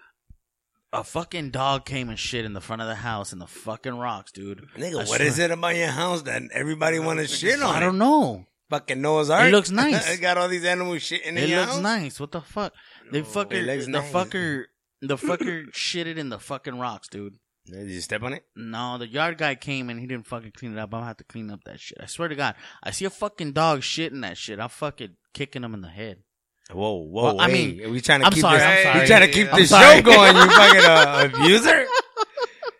[SPEAKER 3] A fucking dog came and shit in the front of the house in the fucking rocks, dude.
[SPEAKER 1] Nigga,
[SPEAKER 3] I
[SPEAKER 1] what is
[SPEAKER 3] swear.
[SPEAKER 1] it about your house that everybody want to shit on?
[SPEAKER 3] I
[SPEAKER 1] it?
[SPEAKER 3] don't know.
[SPEAKER 1] Fucking Noah's Ark.
[SPEAKER 3] looks nice.
[SPEAKER 1] it got all these animals shit in
[SPEAKER 3] It
[SPEAKER 1] your
[SPEAKER 3] looks
[SPEAKER 1] house.
[SPEAKER 3] nice. What the fuck? They fucker,
[SPEAKER 1] It looks
[SPEAKER 3] the
[SPEAKER 1] nice.
[SPEAKER 3] fucker, the fucker shitted in the fucking rocks, dude.
[SPEAKER 1] Did you step on it?
[SPEAKER 3] No, the yard guy came and he didn't fucking clean it up. I'm gonna have to clean up that shit. I swear to God, I see a fucking dog shitting that shit. I'm fucking kicking him in the head.
[SPEAKER 1] Whoa, whoa.
[SPEAKER 3] Well, I
[SPEAKER 1] I
[SPEAKER 3] mean,
[SPEAKER 1] mean, we trying to
[SPEAKER 3] I'm
[SPEAKER 1] keep
[SPEAKER 3] sorry,
[SPEAKER 1] this,
[SPEAKER 3] I'm
[SPEAKER 1] we
[SPEAKER 3] sorry.
[SPEAKER 1] trying to keep
[SPEAKER 2] I'm
[SPEAKER 1] this
[SPEAKER 3] sorry.
[SPEAKER 1] show going. You fucking uh, abuser.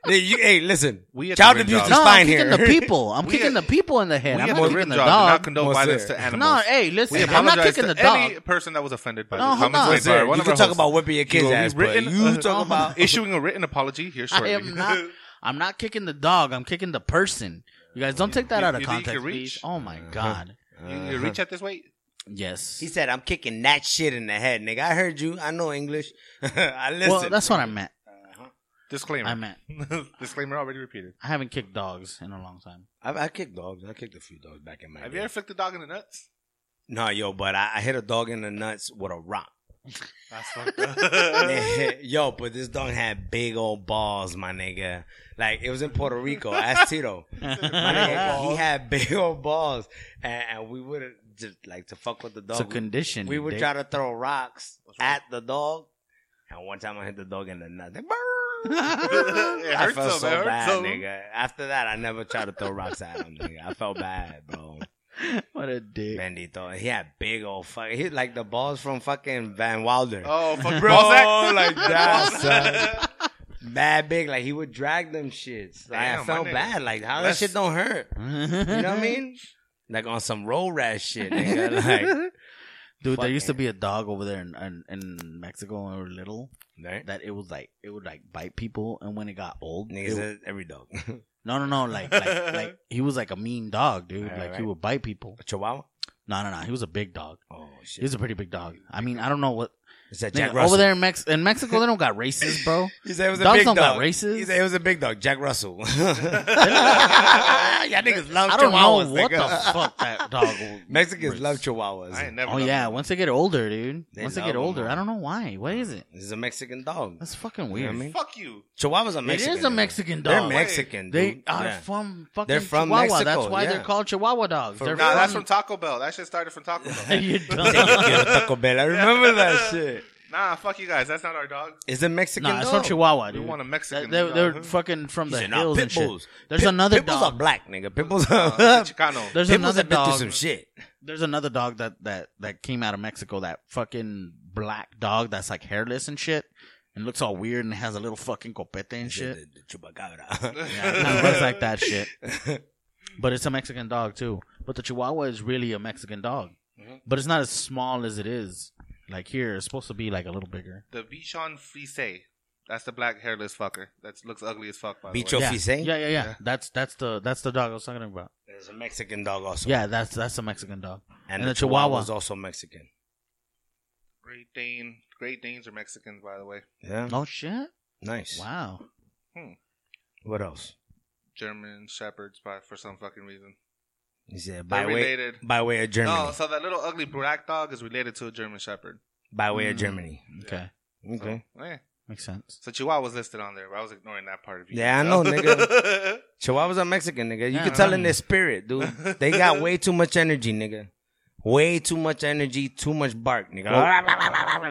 [SPEAKER 1] hey, you, hey, listen.
[SPEAKER 2] We at
[SPEAKER 1] Child
[SPEAKER 2] the
[SPEAKER 1] abuse
[SPEAKER 2] Rim
[SPEAKER 1] is
[SPEAKER 3] No,
[SPEAKER 2] Job.
[SPEAKER 1] fine
[SPEAKER 3] I'm kicking
[SPEAKER 1] here.
[SPEAKER 3] the people. I'm
[SPEAKER 2] We
[SPEAKER 3] kicking
[SPEAKER 2] at-
[SPEAKER 3] the people in the head.
[SPEAKER 2] we
[SPEAKER 3] I'm
[SPEAKER 2] at
[SPEAKER 3] not
[SPEAKER 2] the
[SPEAKER 3] kicking
[SPEAKER 2] rim
[SPEAKER 3] the
[SPEAKER 2] job. Do not
[SPEAKER 3] dog.
[SPEAKER 2] condone
[SPEAKER 1] What's
[SPEAKER 2] violence
[SPEAKER 1] there?
[SPEAKER 2] to animals.
[SPEAKER 3] No, hey,
[SPEAKER 2] we
[SPEAKER 3] listen, I'm not
[SPEAKER 2] apologize
[SPEAKER 3] kicking
[SPEAKER 2] to
[SPEAKER 3] the dog.
[SPEAKER 2] any person that was offended by
[SPEAKER 3] No,
[SPEAKER 2] this.
[SPEAKER 3] hold on.
[SPEAKER 2] Comments
[SPEAKER 1] Listen,
[SPEAKER 2] made by one
[SPEAKER 1] you
[SPEAKER 2] of our
[SPEAKER 1] can talk
[SPEAKER 2] hosts.
[SPEAKER 1] about whipping your kids'
[SPEAKER 2] You will be
[SPEAKER 1] ass, but
[SPEAKER 2] written,
[SPEAKER 1] you
[SPEAKER 2] uh,
[SPEAKER 1] talk about
[SPEAKER 2] issuing a written apology here
[SPEAKER 3] I
[SPEAKER 2] shortly.
[SPEAKER 3] am not. I'm not kicking the dog. I'm kicking the person. You guys don't take that
[SPEAKER 2] You-
[SPEAKER 3] out of
[SPEAKER 2] you think you
[SPEAKER 3] context,
[SPEAKER 2] can reach? Uh-huh.
[SPEAKER 3] please. Oh my God.
[SPEAKER 2] you,
[SPEAKER 3] Uh-huh.
[SPEAKER 2] you reach at this weight.
[SPEAKER 3] Yes.
[SPEAKER 1] He said, "I'm kicking that shit in the head, nigga. I heard you. I know English. I listen.
[SPEAKER 3] well, that's what I meant.
[SPEAKER 2] Disclaimer.
[SPEAKER 3] I meant
[SPEAKER 2] Disclaimer already repeated.
[SPEAKER 3] I haven't kicked dogs in a long time.
[SPEAKER 1] I, I kicked dogs. I kicked a few dogs back in my
[SPEAKER 2] Have
[SPEAKER 1] day.
[SPEAKER 2] you ever flicked a dog in the nuts?
[SPEAKER 1] no, yo, but I, I hit a dog in the nuts with a rock.
[SPEAKER 2] That's fucked up.
[SPEAKER 1] Yo, but this dog had big old balls, my nigga. Like it was in Puerto Rico. Ask Tito. My nigga, he had big old balls, and, and we would just like to fuck with the
[SPEAKER 3] It's a
[SPEAKER 1] dog.
[SPEAKER 3] condition.
[SPEAKER 1] we would
[SPEAKER 3] dick.
[SPEAKER 1] try to throw rocks
[SPEAKER 2] wrong?
[SPEAKER 1] at the dog, and one time I hit the dog in the nuts.
[SPEAKER 2] it
[SPEAKER 1] I
[SPEAKER 2] hurts
[SPEAKER 1] felt
[SPEAKER 2] him,
[SPEAKER 1] so
[SPEAKER 2] it hurts
[SPEAKER 1] bad,
[SPEAKER 2] him.
[SPEAKER 1] nigga. After that, I never tried to throw rocks at him. Nigga. I felt bad, bro.
[SPEAKER 3] What a dick.
[SPEAKER 1] Bendito, he had big old fuck. He like the balls from fucking Van Wilder.
[SPEAKER 2] Oh, fuck
[SPEAKER 1] Bro,
[SPEAKER 2] Balzac.
[SPEAKER 1] like that, Bad big, like he would drag them shits. Like I
[SPEAKER 2] Damn, my
[SPEAKER 1] felt
[SPEAKER 2] nigga.
[SPEAKER 1] bad. Like how
[SPEAKER 2] That's-
[SPEAKER 1] that shit don't hurt. You know what I mean? Like on some roll rat shit, nigga. Like,
[SPEAKER 3] Dude, there used to
[SPEAKER 1] Fucking-
[SPEAKER 3] be a dog over there in, in, in Mexico when we were little
[SPEAKER 1] right?
[SPEAKER 3] that it was like it would like bite people, and when it got old, it
[SPEAKER 1] Niggas,
[SPEAKER 3] would-
[SPEAKER 1] uh, every dog.
[SPEAKER 3] no, no, no, like like, like he was like a mean dog, dude.
[SPEAKER 1] Right,
[SPEAKER 3] like he
[SPEAKER 1] right.
[SPEAKER 3] would bite people.
[SPEAKER 1] A chihuahua?
[SPEAKER 3] No, no, no, he was a big dog.
[SPEAKER 1] Oh
[SPEAKER 3] He was
[SPEAKER 1] shit!
[SPEAKER 3] a pretty big dog. I mean, I don't know what
[SPEAKER 1] It's that
[SPEAKER 3] Nigga,
[SPEAKER 1] Jack Russell.
[SPEAKER 3] over there in, Mex- in Mexico, they don't got races, bro.
[SPEAKER 1] He said it was a
[SPEAKER 3] Dogs
[SPEAKER 1] big
[SPEAKER 3] don't got
[SPEAKER 1] dog.
[SPEAKER 3] races.
[SPEAKER 1] He said it was a big dog, Jack Russell. Y'all niggas love
[SPEAKER 3] I don't know
[SPEAKER 1] chihuahuas.
[SPEAKER 3] what the
[SPEAKER 1] nigga.
[SPEAKER 3] fuck that dog. will-
[SPEAKER 1] Mexicans uh, love chihuahuas.
[SPEAKER 2] I ain't never.
[SPEAKER 3] Oh
[SPEAKER 2] done
[SPEAKER 3] yeah,
[SPEAKER 2] that.
[SPEAKER 3] once they get older, dude.
[SPEAKER 1] They
[SPEAKER 3] once they
[SPEAKER 1] love
[SPEAKER 3] get
[SPEAKER 1] them,
[SPEAKER 3] older,
[SPEAKER 1] huh?
[SPEAKER 3] I don't know why. What is it?
[SPEAKER 1] This is a Mexican dog.
[SPEAKER 3] That's fucking
[SPEAKER 1] You know
[SPEAKER 3] weird.
[SPEAKER 1] what I mean?
[SPEAKER 2] Fuck you.
[SPEAKER 1] Chihuahuas are
[SPEAKER 3] It is
[SPEAKER 1] Mexican.
[SPEAKER 3] a Mexican
[SPEAKER 1] They're
[SPEAKER 3] dog.
[SPEAKER 1] Mexican.
[SPEAKER 3] They
[SPEAKER 1] dude.
[SPEAKER 3] are
[SPEAKER 1] Yeah.
[SPEAKER 3] from fucking
[SPEAKER 1] They're from
[SPEAKER 3] Chihuahua.
[SPEAKER 1] Mexico,
[SPEAKER 3] That's why
[SPEAKER 1] yeah.
[SPEAKER 3] they're called Chihuahua dogs.
[SPEAKER 1] For-
[SPEAKER 3] They're
[SPEAKER 2] Nah,
[SPEAKER 3] from,
[SPEAKER 2] that's from Taco Bell. That shit started from Taco Bell.
[SPEAKER 3] you
[SPEAKER 1] Thank you,
[SPEAKER 3] dumb.
[SPEAKER 1] Taco Bell. I remember that shit.
[SPEAKER 2] nah, fuck you guys. That's not our dog.
[SPEAKER 1] It's a Mexican dog.
[SPEAKER 3] Nah, it's from Chihuahua.
[SPEAKER 2] We
[SPEAKER 3] Dude.
[SPEAKER 2] want a Mexican
[SPEAKER 3] They,
[SPEAKER 2] dog.
[SPEAKER 3] they, are fucking from
[SPEAKER 1] He
[SPEAKER 3] the
[SPEAKER 1] said, nah,
[SPEAKER 3] hills
[SPEAKER 1] pit
[SPEAKER 3] and shit.
[SPEAKER 1] bulls.
[SPEAKER 3] There's
[SPEAKER 1] Pit-
[SPEAKER 3] another
[SPEAKER 1] pit bulls
[SPEAKER 3] dog.
[SPEAKER 1] are black, nigga. Pit bulls
[SPEAKER 2] Uh,
[SPEAKER 1] are.
[SPEAKER 2] it's a Chicano.
[SPEAKER 3] There's
[SPEAKER 1] pit bulls
[SPEAKER 3] another
[SPEAKER 1] have been through
[SPEAKER 3] dog.
[SPEAKER 1] some shit.
[SPEAKER 3] There's another dog that that that came out of Mexico. That fucking black dog that's like hairless and shit, and looks all weird and has a little fucking copete and shit.
[SPEAKER 1] The- the Chupacabra.
[SPEAKER 3] Yeah, it kind of looks like that shit. But it's a Mexican dog too. But the Chihuahua is really a Mexican dog.
[SPEAKER 1] Mm-hmm.
[SPEAKER 2] Mhm.
[SPEAKER 3] But it's not as small as it is. Like here, it's supposed to be like a little bigger.
[SPEAKER 2] The Bichon Frise. That's the black hairless fucker. That looks ugly as fuck. By
[SPEAKER 1] Bichon
[SPEAKER 2] the way.
[SPEAKER 1] Yo,
[SPEAKER 3] yeah.
[SPEAKER 1] Fise?
[SPEAKER 3] yeah, yeah, yeah,
[SPEAKER 2] Yeah.
[SPEAKER 3] That's that's the that's the dog I was talking about.
[SPEAKER 1] There's a Mexican dog also.
[SPEAKER 3] Yeah, that's that's a Mexican dog.
[SPEAKER 1] And,
[SPEAKER 3] and
[SPEAKER 1] the
[SPEAKER 3] a Chihuahua.
[SPEAKER 1] Chihuahua's also Mexican.
[SPEAKER 2] Great Dane. Great Danes are Mexicans, by the way.
[SPEAKER 1] Yeah.
[SPEAKER 3] Oh shit!
[SPEAKER 1] Nice.
[SPEAKER 3] Wow.
[SPEAKER 1] What else?
[SPEAKER 2] German shepherds, by for some fucking reason.
[SPEAKER 1] He said,
[SPEAKER 2] They're
[SPEAKER 1] by way,
[SPEAKER 2] related.
[SPEAKER 1] by way of Germany.
[SPEAKER 2] No, so that little ugly black dog is related to a German shepherd.
[SPEAKER 1] By way of
[SPEAKER 3] Mm.
[SPEAKER 1] Germany.
[SPEAKER 3] Okay,
[SPEAKER 2] So,
[SPEAKER 1] Okay.
[SPEAKER 2] yeah.
[SPEAKER 3] makes sense.
[SPEAKER 2] So Chihuahua's listed on there, but I was ignoring that part of you.
[SPEAKER 1] Yeah, I know, nigga. Chihuahuas are Mexican, nigga. You
[SPEAKER 3] Yeah,
[SPEAKER 1] can tell
[SPEAKER 3] right.
[SPEAKER 1] in their spirit, dude. They got way too much energy, nigga. Way too much energy, too much bark, nigga.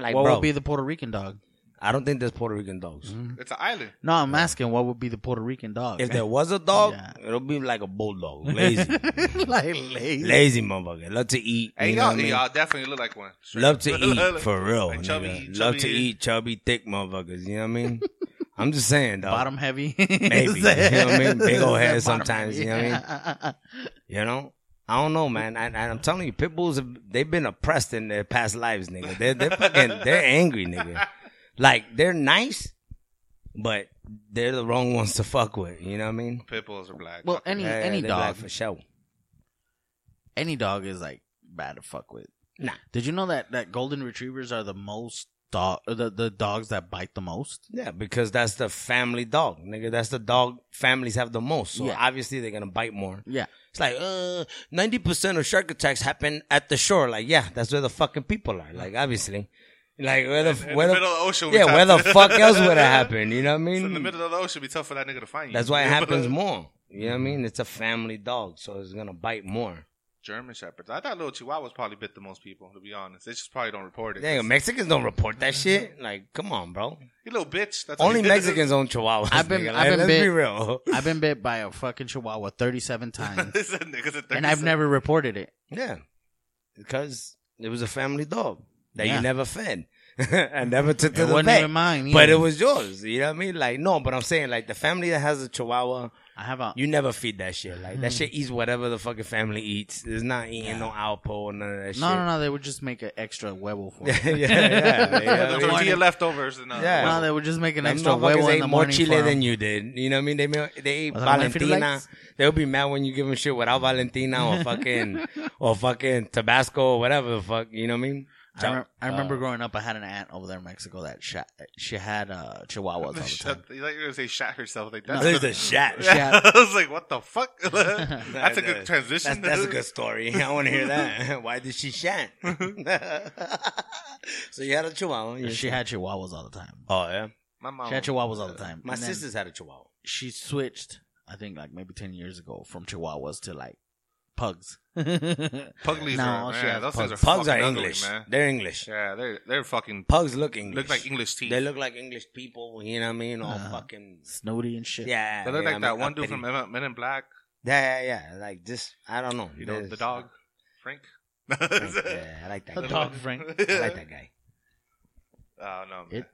[SPEAKER 1] like,
[SPEAKER 3] what
[SPEAKER 1] bro,
[SPEAKER 3] would be the Puerto Rican dog?
[SPEAKER 1] I don't think there's Puerto Rican dogs.
[SPEAKER 2] it's an island.
[SPEAKER 3] No, I'm asking what would be the Puerto Rican dog?
[SPEAKER 1] If there was a dog,
[SPEAKER 3] Yeah.
[SPEAKER 1] it'll be like a bulldog, lazy,
[SPEAKER 3] like lazy.
[SPEAKER 1] lazy motherfucker. Love to eat.
[SPEAKER 2] Hey,
[SPEAKER 1] you know
[SPEAKER 2] y'all,
[SPEAKER 1] what I mean?
[SPEAKER 2] y'all definitely look like one. Straight
[SPEAKER 1] Love
[SPEAKER 2] up.
[SPEAKER 1] to eat for real.
[SPEAKER 2] Like
[SPEAKER 1] nigga.
[SPEAKER 2] chubby-
[SPEAKER 1] Love to
[SPEAKER 2] chubby-
[SPEAKER 1] eat chubby, thick motherfuckers. You know what I mean? I'm just saying, dog.
[SPEAKER 3] Bottom heavy,
[SPEAKER 1] Maybe. You know what I mean? Big old head sometimes, you know what I mean?
[SPEAKER 3] I mean?
[SPEAKER 1] You know, I don't know, man. And, and I'm telling you, pit bulls have, they've been oppressed in their past lives, nigga. They're they're fucking they're angry, nigga. Like they're nice, but they're the wrong ones to fuck with. You know what I mean?
[SPEAKER 2] Pit bulls are black.
[SPEAKER 3] Well,
[SPEAKER 2] Fuck
[SPEAKER 3] any
[SPEAKER 2] it.
[SPEAKER 1] Yeah,
[SPEAKER 3] any
[SPEAKER 1] they're
[SPEAKER 3] dog,
[SPEAKER 1] black for sure.
[SPEAKER 3] any dog is like bad to fuck with.
[SPEAKER 1] Nah.
[SPEAKER 3] Did you know that that golden retrievers are the most dog or the the dogs that bite the most?
[SPEAKER 1] Yeah, because that's the family dog, nigga. That's the dog families have the most. So
[SPEAKER 3] Yeah.
[SPEAKER 1] obviously they're gonna bite more.
[SPEAKER 3] Yeah.
[SPEAKER 1] It's like uh, ninety percent of shark attacks happen at the shore. Like, yeah, that's where the fucking people are. Like, obviously, like where the
[SPEAKER 2] in
[SPEAKER 1] where
[SPEAKER 2] the
[SPEAKER 1] the,
[SPEAKER 2] middle of the ocean. we
[SPEAKER 1] yeah where the fuck
[SPEAKER 2] talked-
[SPEAKER 1] else would it happen? You know what I mean?
[SPEAKER 2] It's in the middle of the ocean, be tough for that nigga to find you.
[SPEAKER 1] That's why it
[SPEAKER 2] Yeah,
[SPEAKER 1] happens
[SPEAKER 2] but-
[SPEAKER 1] more. You know what I mean? It's a family dog, so it's gonna bite more.
[SPEAKER 2] German shepherds. I thought little chihuahuas probably bit the most people. To be honest, they just probably don't report it.
[SPEAKER 1] Dang, Mexicans don't report that shit. Like, come on, bro.
[SPEAKER 2] you little bitch. That's
[SPEAKER 1] Only
[SPEAKER 2] what-
[SPEAKER 1] Mexicans own chihuahuas.
[SPEAKER 3] I've been-
[SPEAKER 1] nigga.
[SPEAKER 3] I've
[SPEAKER 1] Like,
[SPEAKER 3] been
[SPEAKER 1] let's
[SPEAKER 3] bit-
[SPEAKER 1] be real.
[SPEAKER 3] I've been bit by a fucking chihuahua 37 times
[SPEAKER 2] This nigga's a
[SPEAKER 3] and I've
[SPEAKER 2] 37.
[SPEAKER 3] never reported it.
[SPEAKER 1] Yeah, because it was a family dog that
[SPEAKER 3] Yeah.
[SPEAKER 1] you never fed and never took to
[SPEAKER 3] It
[SPEAKER 1] the
[SPEAKER 3] wasn't
[SPEAKER 1] vet.
[SPEAKER 3] even mine.
[SPEAKER 1] But
[SPEAKER 3] either.
[SPEAKER 1] it was yours. You know what I mean? Like, no, but I'm saying, like, the family that has a chihuahua,
[SPEAKER 3] I have a
[SPEAKER 1] you never feed that shit. Like,
[SPEAKER 3] Hmm.
[SPEAKER 1] that shit eats whatever the fucking family eats. It's not eating
[SPEAKER 3] Yeah.
[SPEAKER 1] no Alpo or none of that shit.
[SPEAKER 3] no, no, no. They would just make an extra huevo for me.
[SPEAKER 1] yeah, yeah, yeah. You know what I
[SPEAKER 2] The
[SPEAKER 1] mean?
[SPEAKER 3] Morning.
[SPEAKER 2] tortilla leftovers and uh,
[SPEAKER 1] Yeah.
[SPEAKER 3] No, they would just make an
[SPEAKER 1] Them
[SPEAKER 3] extra
[SPEAKER 1] motherfuckers
[SPEAKER 3] huevo in
[SPEAKER 1] ate
[SPEAKER 3] the
[SPEAKER 1] more
[SPEAKER 3] morning
[SPEAKER 1] chile
[SPEAKER 3] for 'em.
[SPEAKER 1] than you did. You know what I mean? They ma- they ate
[SPEAKER 3] Was it my favorite
[SPEAKER 1] Valentina.
[SPEAKER 3] likes?
[SPEAKER 1] They'll be mad when you give them shit without Valentina or fucking or fucking Tabasco or whatever the fuck. You know what I mean?
[SPEAKER 3] I, rem- I remember
[SPEAKER 1] Uh,
[SPEAKER 3] growing up, I had an aunt over there in Mexico that sha- she had uh, chihuahuas all the time.
[SPEAKER 2] Shut, you thought you were gonna say shot herself. Like
[SPEAKER 1] That's
[SPEAKER 2] that's
[SPEAKER 1] a shat.
[SPEAKER 3] Shit.
[SPEAKER 2] I was like, what the fuck? that's a good
[SPEAKER 1] That's,
[SPEAKER 2] transition.
[SPEAKER 1] that's a good story. I want to hear that. Why did she shat? so you had a chihuahua. you-
[SPEAKER 3] She had chihuahuas all the time.
[SPEAKER 1] oh yeah.
[SPEAKER 2] My mom.
[SPEAKER 3] She had chihuahuas all the time.
[SPEAKER 1] My
[SPEAKER 3] And then
[SPEAKER 1] sisters had a chihuahua.
[SPEAKER 3] She switched, I think, like maybe ten years ago, from chihuahuas to like pugs. yeah,
[SPEAKER 2] Puglies
[SPEAKER 3] No,
[SPEAKER 2] are,
[SPEAKER 3] she
[SPEAKER 2] man,
[SPEAKER 3] has
[SPEAKER 2] those
[SPEAKER 1] Pugs,
[SPEAKER 2] things are
[SPEAKER 1] pugs are
[SPEAKER 2] fucking ugly,
[SPEAKER 1] English.
[SPEAKER 2] man.
[SPEAKER 1] They're English.
[SPEAKER 2] Yeah, they're they're fucking
[SPEAKER 1] Pugs look English.
[SPEAKER 2] look like English teeth.
[SPEAKER 1] They look like English people. You know what I mean? All
[SPEAKER 3] Uh-huh.
[SPEAKER 1] fucking
[SPEAKER 3] snooty and shit.
[SPEAKER 1] yeah.
[SPEAKER 2] They look
[SPEAKER 1] you know
[SPEAKER 2] like
[SPEAKER 1] what I
[SPEAKER 2] that
[SPEAKER 1] mean?
[SPEAKER 2] one dude
[SPEAKER 1] Uppity.
[SPEAKER 2] from Men Men in Black.
[SPEAKER 1] Yeah, yeah, yeah. Like just I don't know.
[SPEAKER 2] You know
[SPEAKER 1] There's-
[SPEAKER 2] the dog, Frank.
[SPEAKER 1] Frank, yeah, I like that.
[SPEAKER 3] The
[SPEAKER 1] guy.
[SPEAKER 3] dog Frank.
[SPEAKER 1] I like that guy.
[SPEAKER 2] Oh no, man.
[SPEAKER 3] It-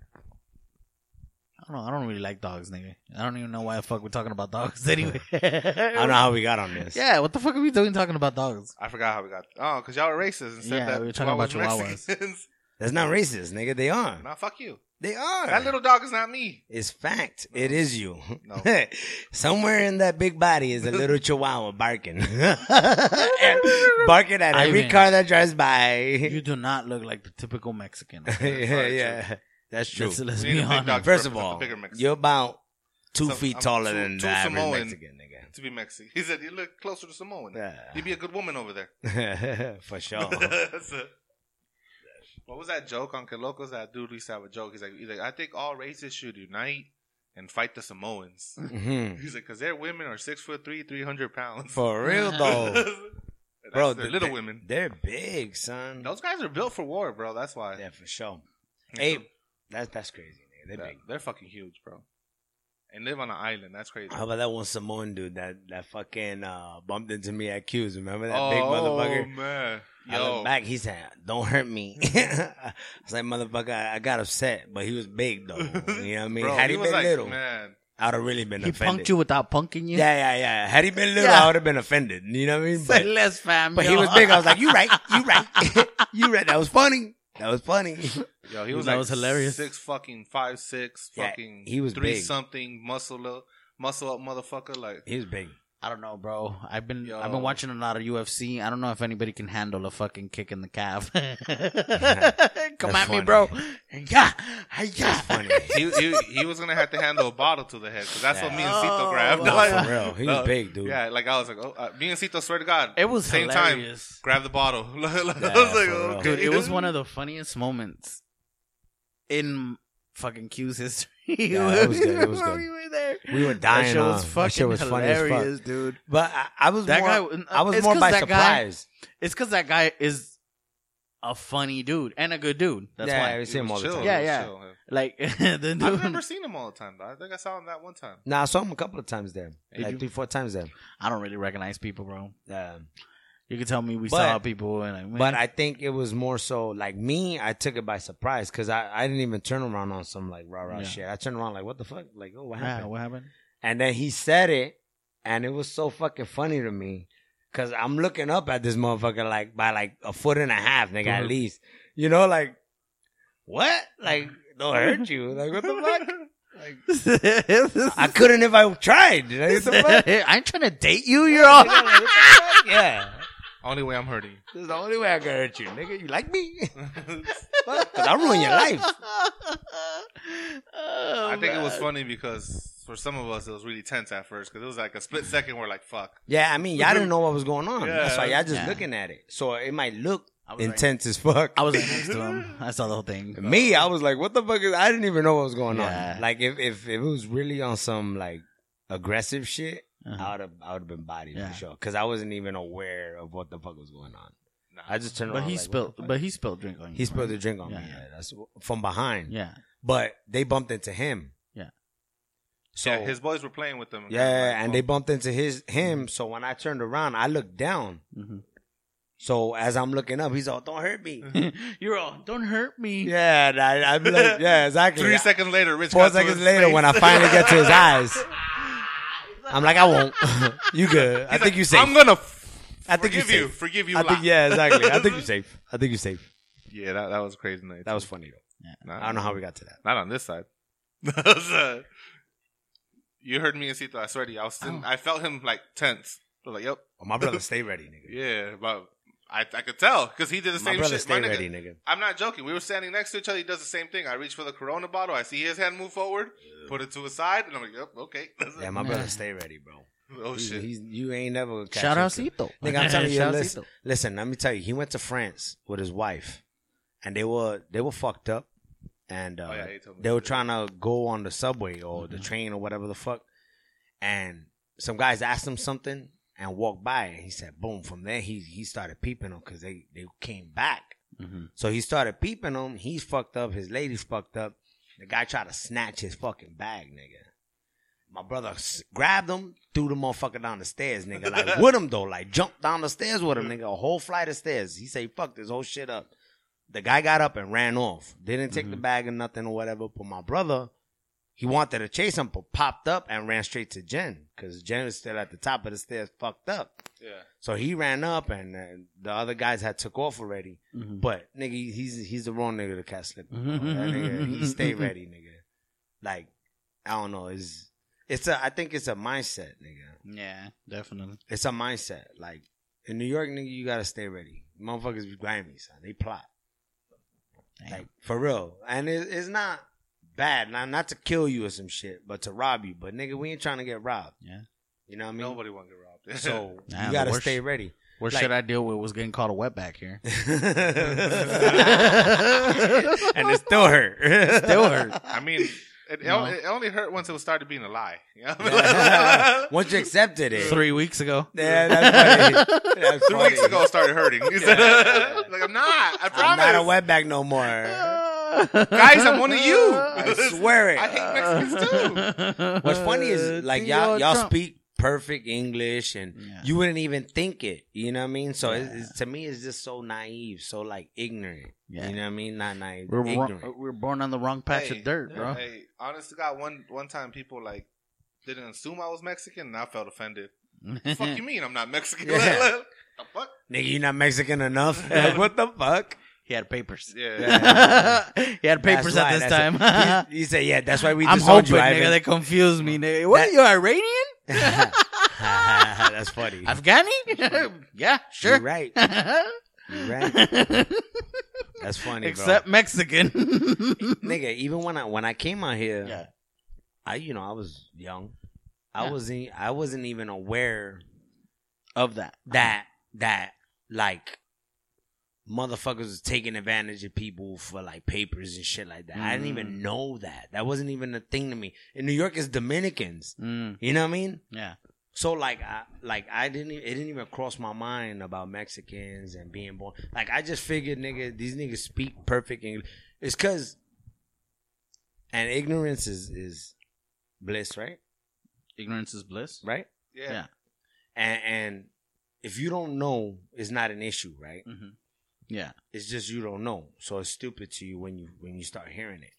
[SPEAKER 3] I don't know. I don't really like dogs, nigga. I don't even know why the fuck we're talking about dogs anyway.
[SPEAKER 1] I don't know how we got on this.
[SPEAKER 3] Yeah, what the fuck are we doing talking about dogs?
[SPEAKER 2] I forgot how we got. Oh, because y'all were racist and said
[SPEAKER 3] Yeah,
[SPEAKER 2] that
[SPEAKER 3] we were talking about
[SPEAKER 2] Chihuahuas were Mexicans.
[SPEAKER 1] that's not racist, nigga. They are.
[SPEAKER 2] nah, fuck you.
[SPEAKER 1] They are.
[SPEAKER 2] That little dog is not me.
[SPEAKER 1] It's fact. It is you.
[SPEAKER 2] No.
[SPEAKER 1] Somewhere in that big body is a little chihuahua barking. barking at every
[SPEAKER 3] Ivan.
[SPEAKER 1] car that drives by.
[SPEAKER 3] You do not look like the typical Mexican.
[SPEAKER 1] yeah, yeah. That's true.
[SPEAKER 3] Let's, let's
[SPEAKER 2] We need a
[SPEAKER 3] be
[SPEAKER 2] big
[SPEAKER 3] honest.
[SPEAKER 2] dog.
[SPEAKER 1] First of
[SPEAKER 2] That's a
[SPEAKER 1] all,
[SPEAKER 2] bigger Mexican.
[SPEAKER 1] you're about two
[SPEAKER 2] So,
[SPEAKER 1] feet
[SPEAKER 2] I'm
[SPEAKER 1] taller
[SPEAKER 2] two-
[SPEAKER 1] than
[SPEAKER 2] two
[SPEAKER 1] the average
[SPEAKER 2] Samoan.
[SPEAKER 1] Mexican,
[SPEAKER 2] To be Mexican. He said, You look closer to Samoan.
[SPEAKER 1] Yeah.
[SPEAKER 2] You'd be a good woman over there.
[SPEAKER 1] nigga. For sure.
[SPEAKER 2] That's it. what was that joke on Kelocos? That dude used to have a joke. He's like, he's like, I think all races should unite and fight the Samoans.
[SPEAKER 1] hmm
[SPEAKER 2] He's like, because their women are six foot three, 300 pounds.
[SPEAKER 1] For real though,
[SPEAKER 2] That's
[SPEAKER 1] bro.
[SPEAKER 2] their
[SPEAKER 1] th-
[SPEAKER 2] little
[SPEAKER 1] they-
[SPEAKER 2] women.
[SPEAKER 1] They're big, son.
[SPEAKER 2] Those Mm-hmm. guys are built for war, bro. That's why.
[SPEAKER 1] Yeah, for sure.
[SPEAKER 2] And
[SPEAKER 1] Hey,
[SPEAKER 2] so-
[SPEAKER 1] that's that's crazy. Nigga. They're
[SPEAKER 2] Yeah,
[SPEAKER 1] big.
[SPEAKER 2] they're fucking huge, bro. And live on an island. That's crazy.
[SPEAKER 1] How about that one Samoan dude that that fucking uh, bumped into me at Q's? Remember that
[SPEAKER 2] oh,
[SPEAKER 1] big motherfucker?
[SPEAKER 2] man.
[SPEAKER 1] I
[SPEAKER 2] Yo.
[SPEAKER 1] looked back. He said, "Don't hurt me." I was like, "Motherfucker, I, I got upset, but he was big though. You know what I mean?
[SPEAKER 2] Bro,
[SPEAKER 1] Had
[SPEAKER 2] he
[SPEAKER 1] he,
[SPEAKER 2] was
[SPEAKER 1] been
[SPEAKER 2] like,
[SPEAKER 1] little,
[SPEAKER 2] man.
[SPEAKER 1] I'd have really been
[SPEAKER 3] He
[SPEAKER 1] offended.
[SPEAKER 3] punked you without punking you.
[SPEAKER 1] Yeah, yeah, yeah. Had he been little,
[SPEAKER 3] Yeah.
[SPEAKER 1] I would have been offended. You know what I mean?
[SPEAKER 3] Say
[SPEAKER 1] But,
[SPEAKER 3] less, fam.
[SPEAKER 1] but
[SPEAKER 3] yo.
[SPEAKER 1] he was big. I was like, "You right? You right? you right? That was funny. That was funny."
[SPEAKER 2] Yo, he was
[SPEAKER 3] That
[SPEAKER 2] like
[SPEAKER 3] was hilarious.
[SPEAKER 2] Six fucking five six
[SPEAKER 1] Yeah,
[SPEAKER 2] fucking
[SPEAKER 1] he was
[SPEAKER 2] three
[SPEAKER 1] big.
[SPEAKER 2] something muscle up muscle up motherfucker like
[SPEAKER 1] he was big.
[SPEAKER 3] I don't know, bro. I've been
[SPEAKER 2] Yo.
[SPEAKER 3] I've been watching a lot of UFC. I don't know if anybody can handle a fucking kick in the calf. Come at me,
[SPEAKER 1] funny.
[SPEAKER 3] bro. Yeah, yeah.
[SPEAKER 1] Funny.
[SPEAKER 2] he, he he was gonna have to handle a bottle to the head because that's what
[SPEAKER 1] Yeah.
[SPEAKER 2] me and Cito
[SPEAKER 3] Oh,
[SPEAKER 2] grabbed.
[SPEAKER 3] wow.
[SPEAKER 1] No, for real. He was
[SPEAKER 2] No,
[SPEAKER 1] big, dude.
[SPEAKER 2] Yeah, like I was like, oh, uh, me and Cito swear to God,
[SPEAKER 3] It was
[SPEAKER 2] Same time.
[SPEAKER 3] hilarious,
[SPEAKER 2] grab the bottle. I was like,
[SPEAKER 1] Yeah, for real.
[SPEAKER 2] okay,
[SPEAKER 3] dude. It was one of the funniest moments in fucking Q's history.
[SPEAKER 1] No, it was good. It was
[SPEAKER 3] When
[SPEAKER 1] good.
[SPEAKER 3] We were there.
[SPEAKER 1] We were dying.
[SPEAKER 3] that shit was
[SPEAKER 1] huh?
[SPEAKER 3] fucking
[SPEAKER 1] That shit was funny as
[SPEAKER 3] hilarious,
[SPEAKER 1] fuck.
[SPEAKER 3] dude.
[SPEAKER 1] But I, I was
[SPEAKER 3] That
[SPEAKER 1] more,
[SPEAKER 3] guy- uh,
[SPEAKER 1] I was
[SPEAKER 3] it's
[SPEAKER 1] more
[SPEAKER 3] 'cause
[SPEAKER 1] by
[SPEAKER 3] that guy-
[SPEAKER 1] surprise.
[SPEAKER 3] It's because that guy is a funny dude and a good dude. That's
[SPEAKER 1] yeah,
[SPEAKER 3] why.
[SPEAKER 1] we see him all the time.
[SPEAKER 3] Yeah,
[SPEAKER 2] He was
[SPEAKER 3] yeah.
[SPEAKER 2] chill.
[SPEAKER 3] Like the dude.
[SPEAKER 2] I've never seen him all the time. Though. I think I saw him that one time.
[SPEAKER 1] Nah, I saw him a couple of times there,
[SPEAKER 3] Did
[SPEAKER 1] like
[SPEAKER 3] you?
[SPEAKER 1] three, four times there.
[SPEAKER 3] I don't really recognize people, bro.
[SPEAKER 1] Um,
[SPEAKER 3] You can tell me we
[SPEAKER 1] But-
[SPEAKER 3] saw people, and like,
[SPEAKER 1] but I think it was more so like me. I took it by surprise because I, I didn't even turn around on some like rah rah
[SPEAKER 3] Yeah.
[SPEAKER 1] shit. I turned around like what the fuck, like oh what
[SPEAKER 3] Yeah,
[SPEAKER 1] happened?
[SPEAKER 3] what happened?
[SPEAKER 1] And then he said it, and it was so fucking funny to me because I'm looking up at this motherfucker like by like a foot and a half, nigga, at
[SPEAKER 3] Mhm.
[SPEAKER 1] least. You know, like what? Like don't hurt you? Like what the fuck? I couldn't if I tried. Like, what the fuck?
[SPEAKER 3] I'm trying to date you. You're all.
[SPEAKER 1] Yeah, like, what the fuck? Yeah.
[SPEAKER 2] Only way I'm hurting.
[SPEAKER 1] This is the only way I can hurt you, nigga. You like me? Fuck, Cause I'll ruin your life.
[SPEAKER 2] I think it was
[SPEAKER 3] Oh,
[SPEAKER 2] funny because for some of us it was really tense at first because it was like a split second. We're like, fuck.
[SPEAKER 1] Yeah, I mean, y'all didn't know what was going on.
[SPEAKER 2] Yeah.
[SPEAKER 1] That's why y'all just
[SPEAKER 3] Yeah.
[SPEAKER 1] looking at it. So it might look
[SPEAKER 3] I was
[SPEAKER 1] intense as fuck.
[SPEAKER 3] I was right next to him. I saw the whole thing.
[SPEAKER 1] me, I was like, what the fuck is, I didn't even know what was going
[SPEAKER 3] Yeah.
[SPEAKER 1] on. Like if, if, if it was really on some like aggressive shit, I
[SPEAKER 3] Uh-huh.
[SPEAKER 1] would have, I would have been bodied
[SPEAKER 3] Yeah.
[SPEAKER 1] for sure. Cause I wasn't even aware of what the fuck was going on.
[SPEAKER 2] Nah.
[SPEAKER 1] I just turned
[SPEAKER 3] But
[SPEAKER 1] around.
[SPEAKER 3] he
[SPEAKER 1] like, what
[SPEAKER 3] spilled.
[SPEAKER 1] the fuck?
[SPEAKER 3] But he spilled drink on you.
[SPEAKER 1] he spilled the
[SPEAKER 3] right?
[SPEAKER 1] drink on me.
[SPEAKER 3] Yeah.
[SPEAKER 1] Yeah, that's from behind.
[SPEAKER 3] Yeah.
[SPEAKER 1] But they bumped into him.
[SPEAKER 3] Yeah.
[SPEAKER 1] So
[SPEAKER 2] yeah, his boys were playing with them.
[SPEAKER 1] Yeah, and they
[SPEAKER 2] Like,
[SPEAKER 1] bumped into his
[SPEAKER 3] Mm-hmm.
[SPEAKER 1] him. So when I turned around, I looked down.
[SPEAKER 3] Mhm.
[SPEAKER 1] So as I'm looking up, he's all, "Don't hurt me."
[SPEAKER 3] Mm-hmm. You're all. Don't hurt me.
[SPEAKER 1] yeah, and I, I'm like, yeah, exactly.
[SPEAKER 2] Three seconds later, Rich.
[SPEAKER 1] Four
[SPEAKER 2] got to
[SPEAKER 1] seconds
[SPEAKER 2] his
[SPEAKER 1] later,
[SPEAKER 2] face.
[SPEAKER 1] when I finally get to his eyes, I'm like, "I won't." you good? I
[SPEAKER 2] He's
[SPEAKER 1] think
[SPEAKER 2] like,
[SPEAKER 1] you safe.
[SPEAKER 2] I'm gonna. F-
[SPEAKER 1] I think you
[SPEAKER 2] forgive you.
[SPEAKER 1] safe.
[SPEAKER 2] Forgive you.
[SPEAKER 1] I think
[SPEAKER 2] lot.
[SPEAKER 1] yeah, exactly. I think you safe. I think you safe.
[SPEAKER 2] Yeah, that, that was a crazy night.
[SPEAKER 1] That was funny though.
[SPEAKER 2] Not,
[SPEAKER 1] I don't know how we got to that.
[SPEAKER 2] Not on this side. So, you heard me and Cito. I swear to you, I was. Sitting, I felt him like tense. I was like, "Yep,
[SPEAKER 1] Oh, my brother, stay ready, nigga.
[SPEAKER 2] yeah." But I, I could tell because he did the
[SPEAKER 1] my
[SPEAKER 2] same
[SPEAKER 1] brother,
[SPEAKER 2] shit.
[SPEAKER 1] stay
[SPEAKER 2] my nigga.
[SPEAKER 1] ready, nigga.
[SPEAKER 2] I'm not joking. We were standing next to each other. He does the same thing. I reach for the Corona bottle. I see his hand move forward, put it to his side, and I'm like, "Yep, okay."
[SPEAKER 1] Yeah, my brother, stay ready, bro.
[SPEAKER 2] oh
[SPEAKER 1] He's-
[SPEAKER 2] shit.
[SPEAKER 1] he's- you ain't never gonna catch
[SPEAKER 3] Shout
[SPEAKER 1] him
[SPEAKER 3] out
[SPEAKER 1] slipping.
[SPEAKER 3] Cito.
[SPEAKER 1] Nigga, I'm telling you,
[SPEAKER 3] Shout out
[SPEAKER 1] listen,
[SPEAKER 3] Cito.
[SPEAKER 1] listen, let me tell you, he went to France with his wife, and they were they were fucked up, and uh,
[SPEAKER 2] Oh, yeah, he told me
[SPEAKER 1] they were
[SPEAKER 2] that.
[SPEAKER 1] trying to go on the subway or the train or whatever the fuck, and some guys asked him something and walked by, and he said, "Boom!" From there, he he started peeping them because they they came back,
[SPEAKER 3] Mhm.
[SPEAKER 1] so he started peeping them. He's fucked up. His lady's fucked up. The guy tried to snatch his fucking bag, nigga. My brother s- grabbed him, threw the motherfucker down the stairs, nigga. Like with him though, like jumped down the stairs with him, nigga. A whole flight of stairs. He say, "Fuck this whole shit up." The guy got up and ran off. Didn't take the bag or nothing or whatever. But my brother He wanted to chase him, but popped up and ran straight to Jen because Jen was still at the top of the stairs, fucked up.
[SPEAKER 2] Yeah.
[SPEAKER 1] So he ran up, and, and the other guys had took off already.
[SPEAKER 3] Mhm.
[SPEAKER 1] But nigga, he's he's the wrong nigga to catch slip. That nigga, he stay ready, nigga. Like I don't know, it's it's a I think it's a mindset, nigga.
[SPEAKER 3] Yeah, definitely.
[SPEAKER 1] It's a mindset. Like in New York, nigga, you gotta stay ready. Motherfuckers be grimy, son. They plot.
[SPEAKER 3] Damn.
[SPEAKER 1] Like for real, and it, it's not bad. Not not to kill you or some shit, but to rob you. But nigga, we ain't trying to get robbed.
[SPEAKER 3] Yeah.
[SPEAKER 1] you know what I mean.
[SPEAKER 2] Nobody want to get robbed.
[SPEAKER 1] So
[SPEAKER 3] Nah,
[SPEAKER 1] you
[SPEAKER 3] the
[SPEAKER 1] gotta
[SPEAKER 3] worst-
[SPEAKER 1] stay ready.
[SPEAKER 3] what
[SPEAKER 1] like-
[SPEAKER 3] should I deal with was getting called a wetback here.
[SPEAKER 1] and it still hurt.
[SPEAKER 3] Still hurt.
[SPEAKER 2] I mean, it, it
[SPEAKER 3] No.
[SPEAKER 2] on- it only hurt once it started being a lie. You know?
[SPEAKER 1] Once you accepted it,
[SPEAKER 3] Three weeks ago.
[SPEAKER 1] yeah, that's funny. That's
[SPEAKER 2] Three weeks
[SPEAKER 1] funny.
[SPEAKER 2] ago, it started hurting. like I'm not. I
[SPEAKER 1] I'm
[SPEAKER 2] promise.
[SPEAKER 1] not a wetback no more.
[SPEAKER 3] Guys,
[SPEAKER 2] I'm one of you.
[SPEAKER 1] I swear it.
[SPEAKER 2] I hate Mexicans too.
[SPEAKER 1] What's funny
[SPEAKER 2] Uh,
[SPEAKER 1] is like y'all y'all speak perfect English and
[SPEAKER 3] Yeah.
[SPEAKER 1] you wouldn't even think it. You know what I mean? So it's,
[SPEAKER 3] Yeah.
[SPEAKER 1] it's- to me, it's just so naive, so like ignorant.
[SPEAKER 3] Yeah.
[SPEAKER 1] You know what I mean? Not naive,
[SPEAKER 3] We're,
[SPEAKER 1] ignorant.
[SPEAKER 3] wrong, we're born on the wrong patch
[SPEAKER 2] Hey,
[SPEAKER 3] of dirt, bro.
[SPEAKER 2] Hey, honest to God, one one time people like didn't assume I was Mexican, and I felt offended.
[SPEAKER 3] Mm-hmm.
[SPEAKER 2] fuck you mean I'm not Mexican?
[SPEAKER 1] Yeah.
[SPEAKER 2] the fuck?
[SPEAKER 1] Nigga, you not Mexican enough. Like, what the fuck?
[SPEAKER 3] he had papers.
[SPEAKER 2] Yeah.
[SPEAKER 3] he had papers
[SPEAKER 1] That's
[SPEAKER 3] at
[SPEAKER 1] why-
[SPEAKER 3] this
[SPEAKER 1] that's
[SPEAKER 3] time.
[SPEAKER 1] it. You say, yeah, that's why we
[SPEAKER 3] I'm
[SPEAKER 1] disowned
[SPEAKER 3] hoping,
[SPEAKER 1] you,
[SPEAKER 3] nigga.
[SPEAKER 1] Ivan.
[SPEAKER 3] They confused me, nigga. What? you Iranian?
[SPEAKER 1] that's funny.
[SPEAKER 3] Afghani? yeah,
[SPEAKER 1] You're
[SPEAKER 3] sure.
[SPEAKER 1] right. You're right.
[SPEAKER 3] Except
[SPEAKER 1] That's funny,
[SPEAKER 3] Mexican.
[SPEAKER 1] bro. Nigga, even when I when I came out here,
[SPEAKER 3] yeah.
[SPEAKER 1] I you know I was young. I
[SPEAKER 3] Yeah.
[SPEAKER 1] wasn't I wasn't even aware
[SPEAKER 3] Of that.
[SPEAKER 1] that that like motherfuckers was taking advantage of people for like papers and shit like that. I didn't
[SPEAKER 3] Mm.
[SPEAKER 1] even know that. That wasn't even a thing to me. In New York, it's Dominicans.
[SPEAKER 3] Mm,
[SPEAKER 1] You know what I mean?
[SPEAKER 3] yeah.
[SPEAKER 1] So like I like I didn't e- it didn't even cross my mind about Mexicans and being born. Like I just figured nigga these niggas speak perfect English. It's cuz and ignorance is is bliss, right?
[SPEAKER 3] Ignorance is bliss.
[SPEAKER 1] Right?
[SPEAKER 2] yeah.
[SPEAKER 1] And and if you don't know, it's not an issue, right?
[SPEAKER 3] Mm-hmm. Yeah.
[SPEAKER 1] It's just you don't know. So it's stupid to you when you when you start hearing it.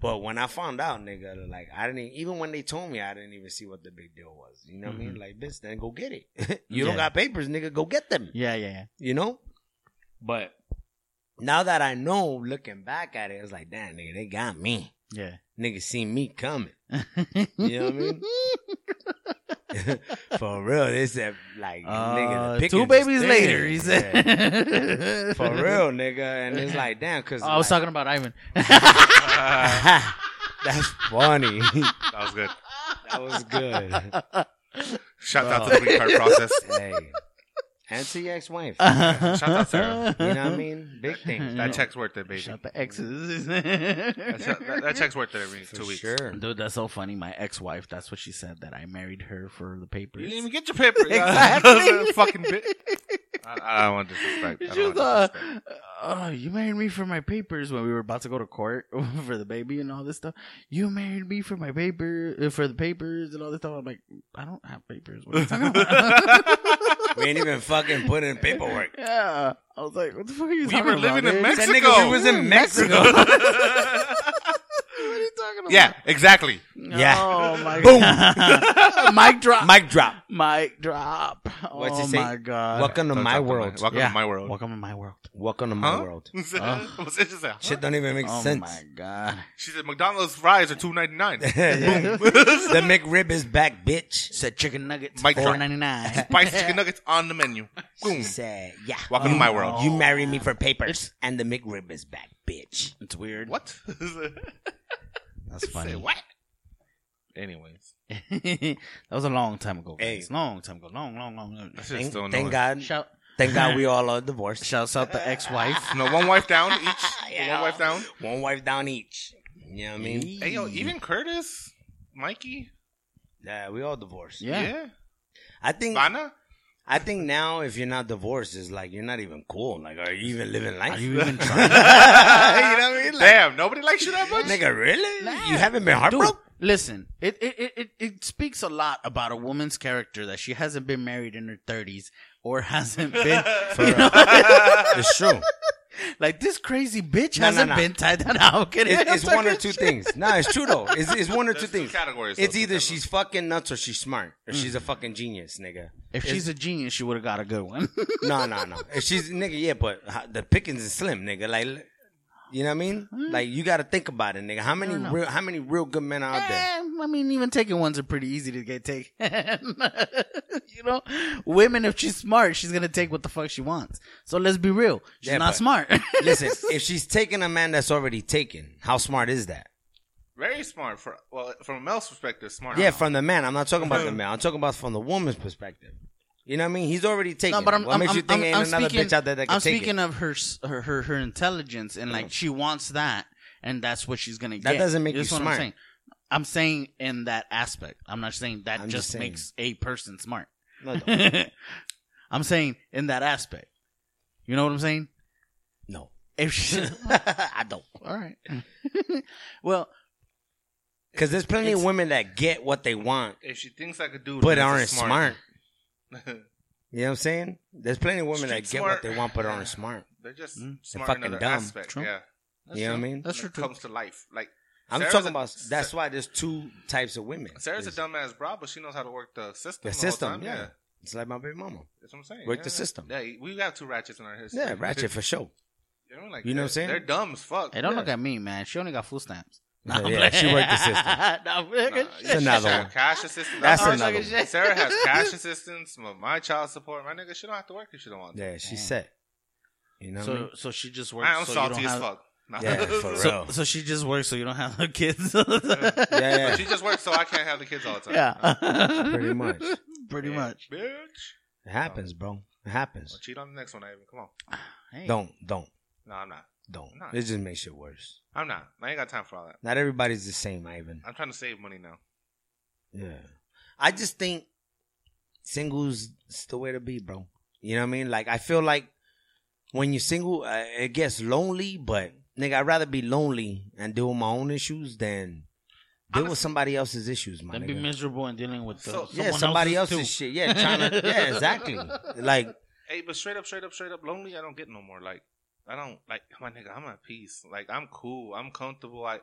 [SPEAKER 1] But when I found out, nigga, like I didn't e, even when they told me, I didn't even see what the big deal was. You know what I mean? Like, bitch, then go get it. you don't
[SPEAKER 3] Yeah.
[SPEAKER 1] got papers, nigga, go get them.
[SPEAKER 3] Yeah, yeah, yeah.
[SPEAKER 1] you know.
[SPEAKER 3] But
[SPEAKER 1] Now that I know, looking back at it, it's like, damn, nigga, they got me.
[SPEAKER 3] yeah.
[SPEAKER 1] Nigga seen me coming. You know what I mean? For real, they said like, nigga,
[SPEAKER 3] Uh,
[SPEAKER 1] the pickings
[SPEAKER 3] two
[SPEAKER 1] is
[SPEAKER 3] babies
[SPEAKER 1] thin.
[SPEAKER 3] later, he
[SPEAKER 1] Yeah.
[SPEAKER 3] said.
[SPEAKER 1] For real, nigga, and it's like, damn, cause
[SPEAKER 3] Oh, I was
[SPEAKER 1] like-
[SPEAKER 3] talking about Ivan.
[SPEAKER 1] that's funny.
[SPEAKER 2] uh, That was good.
[SPEAKER 1] that was good.
[SPEAKER 2] Shout out to the green card process.
[SPEAKER 1] Hey, and to your ex-wife. You
[SPEAKER 3] Shout
[SPEAKER 2] out Sarah.
[SPEAKER 1] know what I mean? Big things.
[SPEAKER 2] That check's worth it, baby.
[SPEAKER 3] Shout the exes.
[SPEAKER 2] That, check- that- that check's worth it every
[SPEAKER 1] For
[SPEAKER 2] two weeks.
[SPEAKER 1] Sure.
[SPEAKER 3] Dude, that's so funny. My ex-wife, that's what she said that I married her for the papers.
[SPEAKER 2] You didn't even get your paper.
[SPEAKER 3] Exactly.
[SPEAKER 2] Fucking bit. I, I don't want to disrespect. I
[SPEAKER 3] She
[SPEAKER 2] don't
[SPEAKER 3] was,
[SPEAKER 2] want
[SPEAKER 3] uh,
[SPEAKER 2] to disrespect.
[SPEAKER 3] oh, you married me for my papers when we were about to go to court for the baby and all this stuff. You married me for my paper uh, for the papers and all this stuff. I'm like, "Mm, I don't have papers. What are you talking uh, about?
[SPEAKER 1] We ain't even fucking put in paperwork.
[SPEAKER 3] yeah, I was like, what the fuck are you
[SPEAKER 2] We
[SPEAKER 3] talking
[SPEAKER 2] were
[SPEAKER 3] about,
[SPEAKER 2] living in
[SPEAKER 3] bitch?
[SPEAKER 1] That
[SPEAKER 2] Mexico.
[SPEAKER 1] nigga, we was in Mexico.
[SPEAKER 3] What are you talking about?
[SPEAKER 2] yeah, exactly.
[SPEAKER 1] Yeah.
[SPEAKER 3] Oh my
[SPEAKER 1] Boom.
[SPEAKER 3] god. Mic drop.
[SPEAKER 1] Mic drop.
[SPEAKER 3] Mic drop.
[SPEAKER 1] What's
[SPEAKER 3] oh
[SPEAKER 1] it say?
[SPEAKER 3] my god.
[SPEAKER 1] Welcome to
[SPEAKER 2] Don't
[SPEAKER 1] my
[SPEAKER 2] talk
[SPEAKER 1] world.
[SPEAKER 2] Welcome
[SPEAKER 3] Yeah.
[SPEAKER 2] to my world.
[SPEAKER 3] Welcome to my world.
[SPEAKER 1] Welcome to my
[SPEAKER 2] Huh?
[SPEAKER 1] world.
[SPEAKER 2] Was it- was it just a, huh?
[SPEAKER 1] Shit don't even make
[SPEAKER 3] oh
[SPEAKER 1] sense.
[SPEAKER 3] my god.
[SPEAKER 2] She said McDonald's fries are two ninety nine.
[SPEAKER 1] Yeah. the McRib is back, bitch.
[SPEAKER 3] Said chicken nuggets.
[SPEAKER 2] Mic drop.
[SPEAKER 3] Four ninety nine.
[SPEAKER 2] Spicy chicken nuggets on the menu.
[SPEAKER 1] She
[SPEAKER 2] Boom.
[SPEAKER 1] said, yeah. oh,
[SPEAKER 2] Welcome to my world.
[SPEAKER 1] You marry me for papers, and the McRib is back, bitch.
[SPEAKER 3] It's weird.
[SPEAKER 2] What?
[SPEAKER 3] That's
[SPEAKER 2] Say
[SPEAKER 3] funny.
[SPEAKER 2] what? Anyways,
[SPEAKER 3] that was a long time ago.
[SPEAKER 1] Hey.
[SPEAKER 3] Guys. Long time ago. Long, long, long. long.
[SPEAKER 2] that's
[SPEAKER 1] Thank,
[SPEAKER 2] just so
[SPEAKER 1] thank
[SPEAKER 2] annoying.
[SPEAKER 1] God.
[SPEAKER 3] Shout,
[SPEAKER 1] Thank God we all are divorced.
[SPEAKER 3] shouts out the ex-wife.
[SPEAKER 2] No, one wife down each.
[SPEAKER 1] Yeah.
[SPEAKER 2] One wife down.
[SPEAKER 1] One wife down each. You know what I mean?
[SPEAKER 2] Hey, yo, even Curtis, Mikey,
[SPEAKER 1] Yeah, we all divorced.
[SPEAKER 3] yeah.
[SPEAKER 1] I think
[SPEAKER 2] Vanna.
[SPEAKER 1] I think now if you're not divorced, it's like you're not even cool. Like, are you even living life?
[SPEAKER 3] Are you even
[SPEAKER 1] you know what
[SPEAKER 3] trying?
[SPEAKER 1] I mean? Like,
[SPEAKER 2] Damn, nobody likes you that much.
[SPEAKER 1] nigga, really?
[SPEAKER 3] Nah.
[SPEAKER 1] You haven't been
[SPEAKER 3] Dude,
[SPEAKER 1] heartbroken?
[SPEAKER 3] listen, it, it, it, it, it speaks a lot about a woman's character that she hasn't been married in her 30s or hasn't been.
[SPEAKER 1] For real. It's true.
[SPEAKER 3] Like this crazy bitch
[SPEAKER 1] No, no,
[SPEAKER 3] hasn't
[SPEAKER 1] no.
[SPEAKER 3] been tied down. How can
[SPEAKER 1] It-
[SPEAKER 3] it?
[SPEAKER 1] it's one or two things. No, it's true though. It's, it's one or two
[SPEAKER 2] There's two
[SPEAKER 1] things.
[SPEAKER 2] categories, though,
[SPEAKER 1] It's
[SPEAKER 2] two
[SPEAKER 1] either
[SPEAKER 2] categories.
[SPEAKER 1] she's fucking nuts or she's smart
[SPEAKER 3] Mm.
[SPEAKER 1] or she's a fucking genius, nigga.
[SPEAKER 3] If she's a genius, she would have got a good one.
[SPEAKER 1] No, no, no. If she's nigga, yeah, but how- the pickings is slim, nigga. Like, you know what I mean?
[SPEAKER 3] Mm-hmm.
[SPEAKER 1] Like, you got to think about it, nigga. How many
[SPEAKER 3] know.
[SPEAKER 1] real, how many real good men are out there?
[SPEAKER 3] Eh, I mean, even taking ones are pretty easy to get taken. you know, women, if she's smart, she's gonna take what the fuck she wants. So let's be real, she's
[SPEAKER 1] Yeah,
[SPEAKER 3] not
[SPEAKER 1] but-
[SPEAKER 3] smart.
[SPEAKER 1] Listen, if she's taking a man that's already taken, how smart is that?
[SPEAKER 2] Very smart for well, from a male's perspective, smart.
[SPEAKER 1] Yeah, from the man. I'm not talking about the man. I'm talking about from the woman's perspective. You know what I mean? He's already taken.
[SPEAKER 3] no, but I'm,
[SPEAKER 1] what
[SPEAKER 3] I'm,
[SPEAKER 1] makes
[SPEAKER 3] I'm,
[SPEAKER 1] you think
[SPEAKER 3] I'm,
[SPEAKER 1] ain't
[SPEAKER 3] I'm
[SPEAKER 1] another
[SPEAKER 3] speaking,
[SPEAKER 1] bitch out there that can
[SPEAKER 3] I'm
[SPEAKER 1] take
[SPEAKER 3] speaking
[SPEAKER 1] it?
[SPEAKER 3] of her, s- her her her intelligence and like she wants that, and that's what she's gonna get.
[SPEAKER 1] That doesn't make
[SPEAKER 3] That's
[SPEAKER 1] you
[SPEAKER 3] what
[SPEAKER 1] smart.
[SPEAKER 3] I'm saying. I'm saying in that aspect. I'm not saying that
[SPEAKER 1] I'm just
[SPEAKER 3] just
[SPEAKER 1] saying.
[SPEAKER 3] makes a person smart.
[SPEAKER 1] No, no.
[SPEAKER 3] I'm saying in that aspect. You know what I'm saying?
[SPEAKER 1] no.
[SPEAKER 3] If she,
[SPEAKER 1] I don't.
[SPEAKER 3] all right. well,
[SPEAKER 1] Because there's plenty of
[SPEAKER 3] It's-
[SPEAKER 1] women that get what they want,
[SPEAKER 2] If she thinks like a dude,
[SPEAKER 1] but
[SPEAKER 2] that's a
[SPEAKER 1] aren't smart.
[SPEAKER 2] smart.
[SPEAKER 1] You know what I'm saying? There's plenty of women that
[SPEAKER 2] Street
[SPEAKER 1] get
[SPEAKER 2] smart.
[SPEAKER 1] what they want, but aren't smart.
[SPEAKER 2] They're just
[SPEAKER 3] Mm.
[SPEAKER 1] Hmm? They're
[SPEAKER 2] smart
[SPEAKER 1] fucking
[SPEAKER 2] in other
[SPEAKER 1] dumb.
[SPEAKER 2] aspect.
[SPEAKER 3] True.
[SPEAKER 2] Yeah,
[SPEAKER 1] you know what I mean?
[SPEAKER 3] That's
[SPEAKER 2] when
[SPEAKER 3] true,
[SPEAKER 2] It comes to life. Like
[SPEAKER 1] I'm
[SPEAKER 2] Sarah's
[SPEAKER 1] talking
[SPEAKER 2] a-
[SPEAKER 1] about. That's why there's two types of women.
[SPEAKER 2] Sarah's a
[SPEAKER 1] There's
[SPEAKER 2] dumbass broad, but she knows how to work the system.
[SPEAKER 1] The
[SPEAKER 2] whole
[SPEAKER 1] system,
[SPEAKER 2] time,
[SPEAKER 1] yeah. It's like my baby mama.
[SPEAKER 2] That's what I'm saying.
[SPEAKER 1] Work
[SPEAKER 2] yeah.
[SPEAKER 1] the system.
[SPEAKER 2] Yeah, we have two ratchets in our history.
[SPEAKER 1] Yeah, ratchet for sure.
[SPEAKER 2] You know, like,
[SPEAKER 1] You know what I'm
[SPEAKER 2] they're-
[SPEAKER 1] saying?
[SPEAKER 2] They're dumb as fuck.
[SPEAKER 3] hey, don't
[SPEAKER 2] Yeah.
[SPEAKER 3] look at me, man. She only got food stamps.
[SPEAKER 1] Yeah, yeah, she worked the system.
[SPEAKER 3] Nah, I'm fucking
[SPEAKER 2] Nah,
[SPEAKER 3] shit.
[SPEAKER 1] It's another
[SPEAKER 2] Sarah
[SPEAKER 1] one.
[SPEAKER 2] Cash assistance.
[SPEAKER 1] That's
[SPEAKER 2] That's
[SPEAKER 3] I'm
[SPEAKER 1] another
[SPEAKER 3] fucking
[SPEAKER 1] one.
[SPEAKER 3] shit.
[SPEAKER 2] Sarah has cash assistance. My, my child support. My nigga, she don't have to work if she don't want to.
[SPEAKER 1] Yeah, she's
[SPEAKER 3] Damn.
[SPEAKER 1] set. You know.
[SPEAKER 3] So,
[SPEAKER 1] what
[SPEAKER 3] so she just works.
[SPEAKER 2] I'm
[SPEAKER 3] so
[SPEAKER 2] salty
[SPEAKER 3] you don't
[SPEAKER 2] as
[SPEAKER 3] have,
[SPEAKER 2] fuck. Nah.
[SPEAKER 1] Yeah, for
[SPEAKER 2] So-
[SPEAKER 1] real.
[SPEAKER 3] So, so she just works, so you don't have the kids.
[SPEAKER 1] I mean? yeah, yeah.
[SPEAKER 2] But she just works so I can't have the kids all the time.
[SPEAKER 3] yeah,
[SPEAKER 1] Pretty much.
[SPEAKER 3] Pretty
[SPEAKER 2] Yeah,
[SPEAKER 3] much.
[SPEAKER 2] Bitch.
[SPEAKER 1] It happens, bro. It happens.
[SPEAKER 2] I'll cheat on the next one, Ivan. Come on.
[SPEAKER 3] Hey,
[SPEAKER 1] Don't, don't,
[SPEAKER 2] No, I'm not.
[SPEAKER 1] don't.
[SPEAKER 2] Nah.
[SPEAKER 1] It just makes shit worse.
[SPEAKER 2] I'm not. I ain't got time for all that.
[SPEAKER 1] Not everybody's the same, Ivan.
[SPEAKER 2] I'm trying to save money now.
[SPEAKER 1] Yeah. I just think singles is the way to be, bro. You know what I mean? Like I feel like when you're single, uh, it gets lonely. But nigga, I'd rather be lonely and deal with my own issues than deal with
[SPEAKER 2] Honest-
[SPEAKER 1] somebody else's issues, my
[SPEAKER 3] Then
[SPEAKER 1] nigga.
[SPEAKER 3] be miserable and dealing with the,
[SPEAKER 2] So-
[SPEAKER 1] yeah,
[SPEAKER 3] someone
[SPEAKER 1] somebody
[SPEAKER 3] else's
[SPEAKER 1] else's,
[SPEAKER 3] too.
[SPEAKER 1] shit. Yeah, trying to. Yeah, exactly. Like
[SPEAKER 2] Hey, but straight up, straight up, straight up, lonely, I don't get no more. Like, I don't, like, my nigga, I'm at peace. Like, I'm cool. I'm comfortable. I,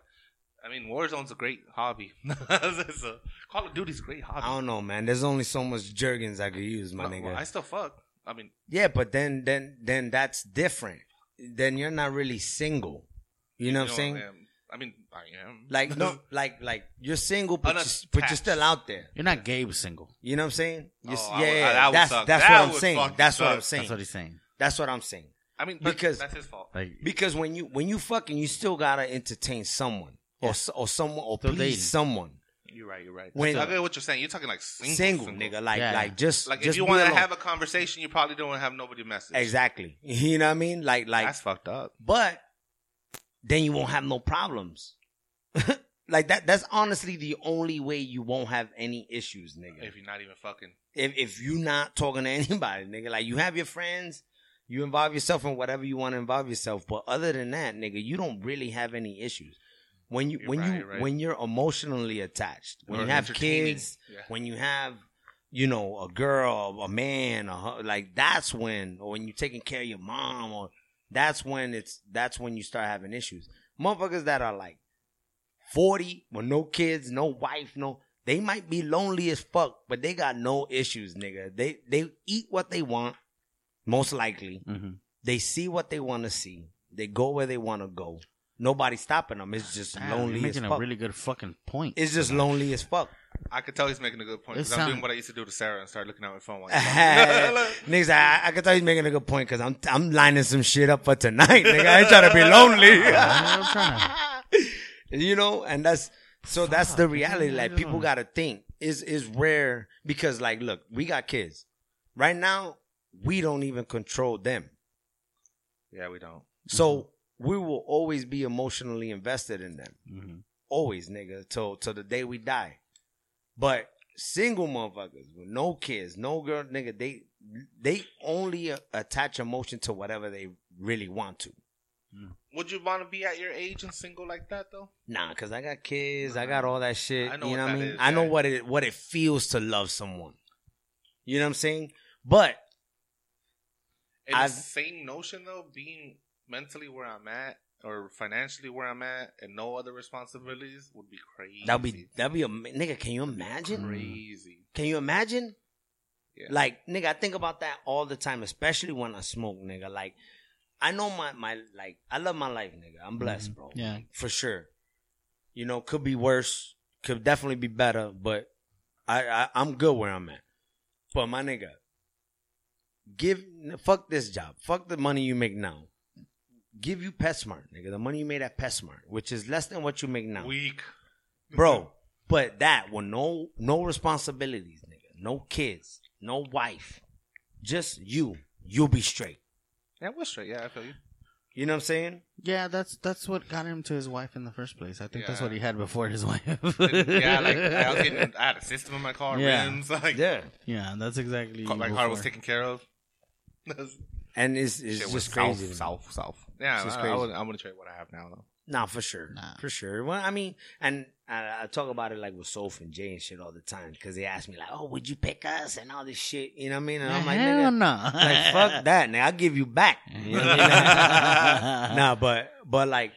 [SPEAKER 2] I mean, Warzone's a great hobby. It's a- Call of Duty's a great hobby.
[SPEAKER 1] I don't know, man. There's only so much Jergens I could use, my
[SPEAKER 2] Well,
[SPEAKER 1] nigga.
[SPEAKER 2] well, I still fuck. I mean,
[SPEAKER 1] Yeah, but then then then that's different. Then you're not really single. You know what I'm saying?
[SPEAKER 3] eh,
[SPEAKER 2] I am. I mean, I am.
[SPEAKER 1] Like no, like like you're single, but you're, but you're still out there.
[SPEAKER 3] You're not gay, but single.
[SPEAKER 1] You know what I'm saying? You're s-
[SPEAKER 2] Oh, I
[SPEAKER 1] yeah,
[SPEAKER 2] would-
[SPEAKER 1] yeah,
[SPEAKER 2] that would
[SPEAKER 1] that's
[SPEAKER 2] suck.
[SPEAKER 1] that's
[SPEAKER 2] That
[SPEAKER 1] what I'm
[SPEAKER 2] would
[SPEAKER 1] saying.
[SPEAKER 2] fucking
[SPEAKER 1] That's what I'm
[SPEAKER 2] suck.
[SPEAKER 1] saying.
[SPEAKER 3] That's what he's saying.
[SPEAKER 1] That's what I'm saying.
[SPEAKER 2] I mean, but
[SPEAKER 1] because-
[SPEAKER 2] that's his fault.
[SPEAKER 3] Like,
[SPEAKER 1] Because when you when you fucking, you still gotta entertain someone or s or someone or
[SPEAKER 3] Still
[SPEAKER 1] please
[SPEAKER 3] dating.
[SPEAKER 1] someone.
[SPEAKER 2] You're right. You're right.
[SPEAKER 1] When-
[SPEAKER 2] I get what you're saying. You're talking like single,
[SPEAKER 1] Single, nigga, like
[SPEAKER 3] Yeah.
[SPEAKER 1] like just
[SPEAKER 2] Like,
[SPEAKER 1] just
[SPEAKER 2] if you
[SPEAKER 1] be
[SPEAKER 2] want to
[SPEAKER 1] alone.
[SPEAKER 2] have a conversation, you probably don't want to have nobody message.
[SPEAKER 1] exactly, you know what I mean? Like like
[SPEAKER 2] That's fucked up.
[SPEAKER 1] but then you won't have no problems. like that that's honestly the only way you won't have any issues, nigga.
[SPEAKER 2] If you're not even fucking.
[SPEAKER 1] If if you're not talking to anybody, nigga, like you have your friends, you involve yourself in whatever you want to involve yourself, but other than that, nigga, you don't really have any issues. When you
[SPEAKER 2] You're
[SPEAKER 1] when
[SPEAKER 2] right,
[SPEAKER 1] you
[SPEAKER 2] you're right.
[SPEAKER 1] when you're emotionally attached, when
[SPEAKER 2] Or
[SPEAKER 1] you have
[SPEAKER 2] entertaining.
[SPEAKER 1] kids,
[SPEAKER 2] Yeah.
[SPEAKER 1] when you have you know a girl a man a, hu- like that's when or when you're taking care of your mom or that's when it's that's when you start having issues motherfuckers that are like 40 with no kids no wife no they might be lonely as fuck but they got no issues nigga they they eat what they want most likely
[SPEAKER 3] Mhm.
[SPEAKER 1] they see what they want to see they go where they want to go nobody's stopping them it's just
[SPEAKER 3] Damn, you're
[SPEAKER 1] lonely as
[SPEAKER 3] making
[SPEAKER 1] fuck
[SPEAKER 3] a really good fucking point.
[SPEAKER 1] it's just lonely as fuck
[SPEAKER 2] I could tell he's making a good point
[SPEAKER 3] It
[SPEAKER 2] because I'm
[SPEAKER 3] sound-
[SPEAKER 2] doing what I used to do to Sarah and start looking at my phone. While he's
[SPEAKER 1] niggas, I, I can tell he's making a good point because I'm I'm lining some shit up for tonight, nigga. I ain't trying to be lonely,
[SPEAKER 3] I'm trying to-
[SPEAKER 1] you know. And that's so that's the reality. Like people got to think is is rare because like, look, we got kids right now. We don't even control them,
[SPEAKER 2] yeah, we don't.
[SPEAKER 1] so we will always be emotionally invested in them.
[SPEAKER 3] Mhm.
[SPEAKER 1] always, nigga, till till the day we die. But single motherfuckers with no kids, no girl, nigga, they they only uh, attach emotion to whatever they really want to.
[SPEAKER 2] Would you want to be at your age and single like that though?
[SPEAKER 1] Nah, cause I got kids, I got all that shit.
[SPEAKER 2] I know
[SPEAKER 1] you
[SPEAKER 2] what
[SPEAKER 1] know what I
[SPEAKER 2] that
[SPEAKER 1] mean?
[SPEAKER 2] is,
[SPEAKER 1] I know
[SPEAKER 2] yeah.
[SPEAKER 1] what it what it feels to love someone. You know what I'm saying? But
[SPEAKER 2] And the
[SPEAKER 1] I've-
[SPEAKER 2] same notion though, being mentally where I'm at or financially where I'm at and no other responsibilities would be crazy.
[SPEAKER 1] That'd be that'd be a nigga. Can you imagine?
[SPEAKER 2] crazy.
[SPEAKER 1] Can you imagine?
[SPEAKER 2] Yeah.
[SPEAKER 1] Like, nigga, I think about that all the time, especially when I smoke, nigga. Like, I know my, my like, I love my life, nigga. I'm blessed, bro.
[SPEAKER 3] Mm-hmm. Yeah.
[SPEAKER 1] For sure. You know, could be worse, could definitely be better, but I, I I'm good where I'm at. But my nigga, give fuck this job. Fuck the money you make now. Give you PetSmart, nigga. The money you made at PetSmart, which is less than what you make now
[SPEAKER 2] Weak.
[SPEAKER 1] bro. But that with no no responsibilities, nigga, no kids, no wife, just you. You'll be straight.
[SPEAKER 2] Yeah, we're straight. Yeah, I feel you.
[SPEAKER 1] You know what I'm saying?
[SPEAKER 3] Yeah, that's that's what got him to his wife in the first place. I think that's
[SPEAKER 2] Yeah.
[SPEAKER 3] what he had before his wife.
[SPEAKER 2] yeah, like I was getting, I had a system in my car,
[SPEAKER 3] Yeah.
[SPEAKER 2] rims, like
[SPEAKER 1] Yeah.
[SPEAKER 3] yeah, that's exactly.
[SPEAKER 2] ca- my car was
[SPEAKER 3] before.
[SPEAKER 2] taken care of. That's-
[SPEAKER 1] And it's it's
[SPEAKER 2] Shit
[SPEAKER 1] just
[SPEAKER 2] was
[SPEAKER 1] crazy.
[SPEAKER 2] South, south, south. Yeah,
[SPEAKER 1] It's just
[SPEAKER 2] I,
[SPEAKER 1] crazy.
[SPEAKER 2] I wouldn't, I'm gonna trade what I have now though.
[SPEAKER 1] Nah, for sure,
[SPEAKER 3] Nah.
[SPEAKER 1] for sure. Well, I mean, and I, I talk about it like with Soph and Jay and shit all the time because they ask me like, "Oh, would you pick us?" and all this shit. You know what I mean? And I'm like,
[SPEAKER 3] Hell
[SPEAKER 1] nigga,
[SPEAKER 3] no.
[SPEAKER 1] like fuck that. Now I give you back. You know what I mean? nah, but but like,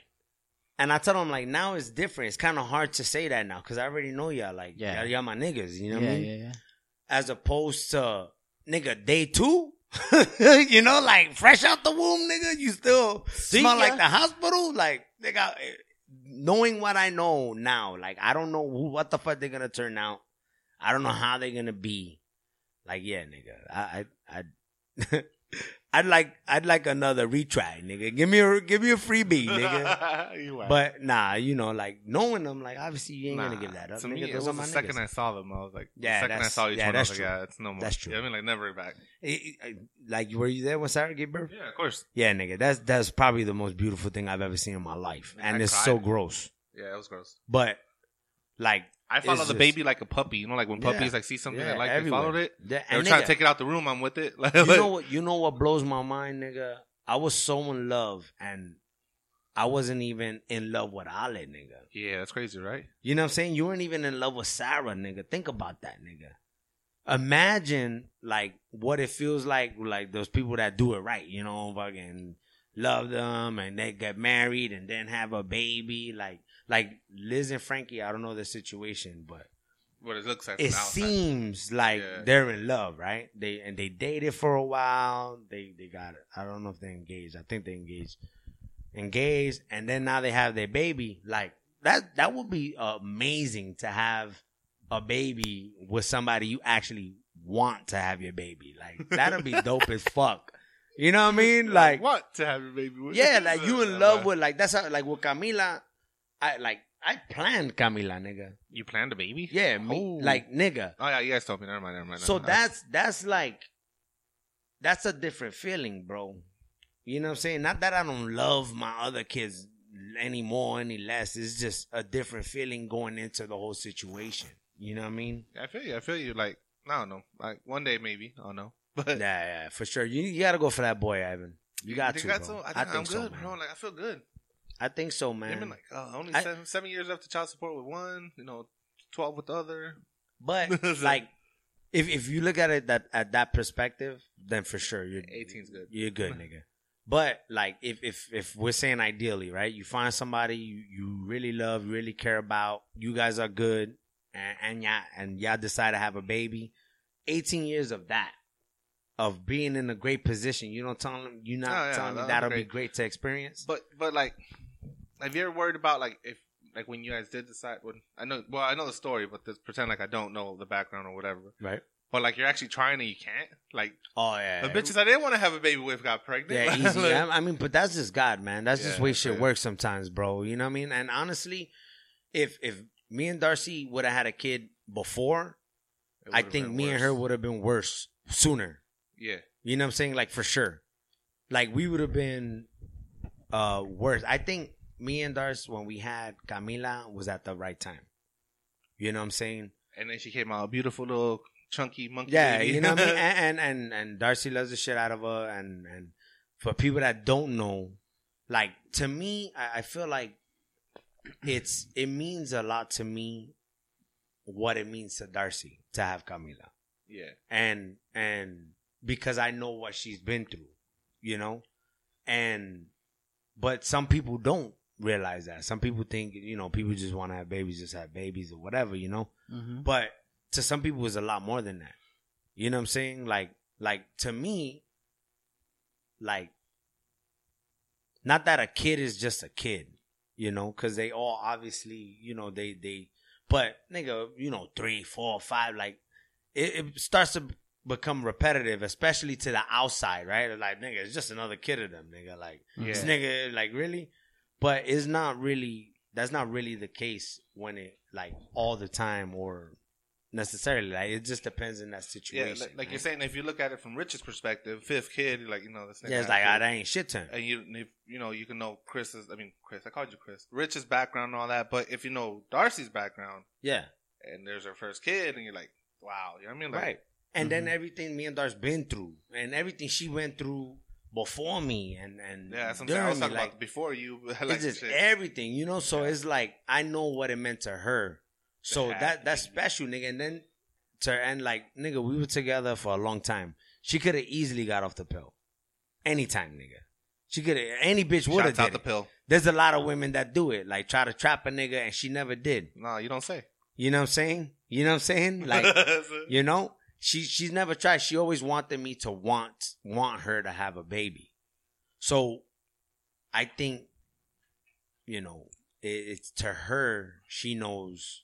[SPEAKER 1] and I tell them like now it's different. It's kind of hard to say that now because I already know y'all. Like,
[SPEAKER 3] Yeah.
[SPEAKER 1] y'all, y'all my niggas. You know what
[SPEAKER 3] yeah,
[SPEAKER 1] I mean?
[SPEAKER 3] yeah, yeah.
[SPEAKER 1] As opposed to nigga day two. you know, like fresh out the womb, nigga. You still smell
[SPEAKER 3] ya.
[SPEAKER 1] like the hospital. Like, nigga, eh, knowing what I know now, like I don't know who, what the fuck they're gonna turn out. I don't know how they're gonna be. Like, yeah, nigga, I, I, I I'd like, I'd like another retry, nigga. Give me a, give me a freebie, nigga.
[SPEAKER 2] You whack.
[SPEAKER 1] But nah, you know, like knowing them, like obviously you ain't
[SPEAKER 2] Nah,
[SPEAKER 1] gonna give that up.
[SPEAKER 2] To
[SPEAKER 1] nigga,
[SPEAKER 2] me, it
[SPEAKER 1] those
[SPEAKER 2] was
[SPEAKER 1] are
[SPEAKER 2] the
[SPEAKER 1] my
[SPEAKER 2] second
[SPEAKER 1] niggas.
[SPEAKER 2] I saw them. I was like,
[SPEAKER 1] Yeah,
[SPEAKER 2] yeah, the second I
[SPEAKER 1] that's-
[SPEAKER 2] saw each
[SPEAKER 1] yeah,
[SPEAKER 2] one, I was
[SPEAKER 1] that's
[SPEAKER 2] like,
[SPEAKER 1] true.
[SPEAKER 2] yeah, it's no more.
[SPEAKER 1] That's true.
[SPEAKER 2] I mean, like never back.
[SPEAKER 1] Eh, eh, Like, were you there when Sarah gave birth?
[SPEAKER 2] Yeah, of course.
[SPEAKER 1] Yeah, nigga, that's that's probably the most beautiful thing I've ever seen in my life,
[SPEAKER 2] Man,
[SPEAKER 1] and
[SPEAKER 2] I
[SPEAKER 1] it's
[SPEAKER 2] cried.
[SPEAKER 1] so gross.
[SPEAKER 2] Yeah, it was gross.
[SPEAKER 1] But like,
[SPEAKER 2] I
[SPEAKER 1] It's
[SPEAKER 2] followed the
[SPEAKER 1] just-
[SPEAKER 2] baby like a puppy. You know, like when
[SPEAKER 1] Yeah.
[SPEAKER 2] puppies like see something
[SPEAKER 1] yeah,
[SPEAKER 2] they like,
[SPEAKER 1] everywhere.
[SPEAKER 2] they followed it.
[SPEAKER 1] Yeah,
[SPEAKER 2] They were
[SPEAKER 1] and
[SPEAKER 2] trying to
[SPEAKER 1] nigga,
[SPEAKER 2] take it out the room. I'm with it. Like,
[SPEAKER 1] you know what? You know what blows my mind, nigga. I was so in love, and I wasn't even in love with Ale, nigga.
[SPEAKER 2] Yeah, that's crazy, right?
[SPEAKER 1] You know what I'm saying? You weren't even in love with Sarah, nigga. Think about that, nigga. Imagine like what it feels like, like those people that do it right, you know, fucking love them and they get married and then have a baby. Like like Liz and Frankie, I don't know the situation, but
[SPEAKER 2] What it looks like.
[SPEAKER 1] it
[SPEAKER 2] from the outside.
[SPEAKER 1] seems like
[SPEAKER 2] Yeah.
[SPEAKER 1] they're in love, right? They and they dated for a while. They they got I don't know if they engaged. I think they engaged, engaged, and then now they have their baby. Like that that would be amazing to have a baby with somebody you actually want to have your baby. Like that'll be dope as fuck. You know what I mean? Like
[SPEAKER 2] what to have your baby with?
[SPEAKER 1] yeah, like you in love with like that's how like with Camila. I like I planned Camila, nigga.
[SPEAKER 2] You planned a baby?
[SPEAKER 1] Yeah, me
[SPEAKER 2] Oh.
[SPEAKER 1] like nigga.
[SPEAKER 2] Oh yeah, you guys told me. Never mind, never mind.
[SPEAKER 1] So
[SPEAKER 2] never mind.
[SPEAKER 1] that's that's like that's a different feeling, bro. You know what I'm saying? Not that I don't love my other kids any more, any less. It's just a different feeling going into the whole situation. You know what I mean?
[SPEAKER 2] I feel you. I feel you. Like I don't know. Like one day maybe. I don't know. But
[SPEAKER 1] Yeah, yeah, for sure. You you gotta go for that boy, Ivan. You got to.
[SPEAKER 2] think that's
[SPEAKER 1] bro.
[SPEAKER 2] all- I
[SPEAKER 1] I
[SPEAKER 2] think,
[SPEAKER 1] think,
[SPEAKER 2] I am
[SPEAKER 1] so,
[SPEAKER 2] good,
[SPEAKER 1] man.
[SPEAKER 2] bro. Like I feel good.
[SPEAKER 1] I think so,
[SPEAKER 2] I mean,
[SPEAKER 1] man.
[SPEAKER 2] like uh, only
[SPEAKER 1] I-
[SPEAKER 2] seven, seven years after child support with one. You know, twelve with the other.
[SPEAKER 1] But like, if if you look at it that at that perspective, then for sure you're
[SPEAKER 2] 18's good.
[SPEAKER 1] You're good, nigga. But like, if if if we're saying ideally, right? You find somebody you, you really love, you really care about. You guys are good, and, and y'all and y'all decide to have a baby. Eighteen years of that, of being in a great position. You don't tell them. You're not
[SPEAKER 2] Oh, yeah,
[SPEAKER 1] telling me
[SPEAKER 2] that'll be
[SPEAKER 1] that'll be
[SPEAKER 2] great.
[SPEAKER 1] great to experience.
[SPEAKER 2] But but like, have you ever worried about like if like when you guys did decide? When I know, well, I know the story, but just pretend like I don't know the background or whatever.
[SPEAKER 1] right?
[SPEAKER 2] But like you're actually trying and you can't. Like
[SPEAKER 1] Oh yeah.
[SPEAKER 2] the bitches I didn't want to have a baby with got pregnant.
[SPEAKER 1] Yeah, easy.
[SPEAKER 2] Like,
[SPEAKER 1] I, I mean, but that's just God, man. That's just
[SPEAKER 2] Yeah,
[SPEAKER 1] way
[SPEAKER 2] that's
[SPEAKER 1] shit
[SPEAKER 2] it.
[SPEAKER 1] works sometimes, bro. You know what I mean? And honestly, if if me and Darcy would have had a kid before,
[SPEAKER 2] it
[SPEAKER 1] I
[SPEAKER 2] would've
[SPEAKER 1] think
[SPEAKER 2] been
[SPEAKER 1] me and
[SPEAKER 2] worse.
[SPEAKER 1] her would have been worse sooner.
[SPEAKER 2] Yeah.
[SPEAKER 1] You know what I'm saying? Like for sure. Like we would have been uh worse. I think me and Darcy when we had Camila was at the right time. You know what I'm saying?
[SPEAKER 2] And then she came out a beautiful little chunky monkey.
[SPEAKER 1] Yeah,
[SPEAKER 2] baby.
[SPEAKER 1] you know what I mean. And and and Darcy loves the shit out of her. And and for people that don't know, like to me, I, I feel like it's it means a lot to me what it means to Darcy to have Camila,
[SPEAKER 2] yeah.
[SPEAKER 1] and and because I know what she's been through, you know, and But some people don't realize that. Some people think, you know, people just want to have babies, just have babies or whatever, you know.
[SPEAKER 3] Mm-hmm.
[SPEAKER 1] But to some people, it's a lot more than that. You know what I'm saying? Like, like to me, like, not that a kid is just a kid, you know, because they all obviously, you know, they they, but nigga, you know, three, four, five, like, it, it starts to become repetitive, especially to the outside, right? Like, nigga, it's just another kid of them, nigga. Like,
[SPEAKER 2] Yeah.
[SPEAKER 3] Mm-hmm.
[SPEAKER 1] this nigga, like, really? But it's not really. That's not really the case when it like all the time or necessarily. Like, it just depends on that
[SPEAKER 2] Yeah,
[SPEAKER 1] situation.
[SPEAKER 2] like, like you're
[SPEAKER 1] right?
[SPEAKER 2] saying, if you look at it from Rich's perspective, fifth kid, like you know, this nigga
[SPEAKER 1] Yeah, it's
[SPEAKER 2] had
[SPEAKER 1] like
[SPEAKER 2] kids.
[SPEAKER 1] ah, that ain't shit to him.
[SPEAKER 2] and you if, you know you can know Chris's. I mean, Chris. I called you Chris. Rich's background and all that, but if you know Darcy's background
[SPEAKER 1] Yeah,
[SPEAKER 2] and there's her first kid, and you're like, wow, you know what I mean? Like,
[SPEAKER 1] right. And
[SPEAKER 3] Mhm.
[SPEAKER 2] Mm-hmm.
[SPEAKER 1] then everything me and Dar's been through, and everything she went through before me, and and
[SPEAKER 2] Yeah, that's what I'm saying.
[SPEAKER 1] during
[SPEAKER 2] I was
[SPEAKER 1] me,
[SPEAKER 2] talking
[SPEAKER 1] like,
[SPEAKER 2] about before you. but, like,
[SPEAKER 1] it's just
[SPEAKER 2] shit.
[SPEAKER 1] everything, you know. So
[SPEAKER 2] Yeah.
[SPEAKER 1] it's like I know what it meant to her. So
[SPEAKER 2] Yeah.
[SPEAKER 1] that that's special, nigga. And then to and like nigga, we were together for a long time. She could have easily got off the pill, anytime, nigga. She could have any bitch would have
[SPEAKER 2] Shouts
[SPEAKER 1] did
[SPEAKER 2] out
[SPEAKER 1] it.
[SPEAKER 2] the pill.
[SPEAKER 1] There's a lot of women that do it, like try to trap a nigga, and she never did.
[SPEAKER 2] No, you don't say.
[SPEAKER 1] You know what I'm saying? You know what I'm saying? Like you know, she she's never tried. She always wanted me to want want her to have a baby. So, I think, you know, it, it's to her. She knows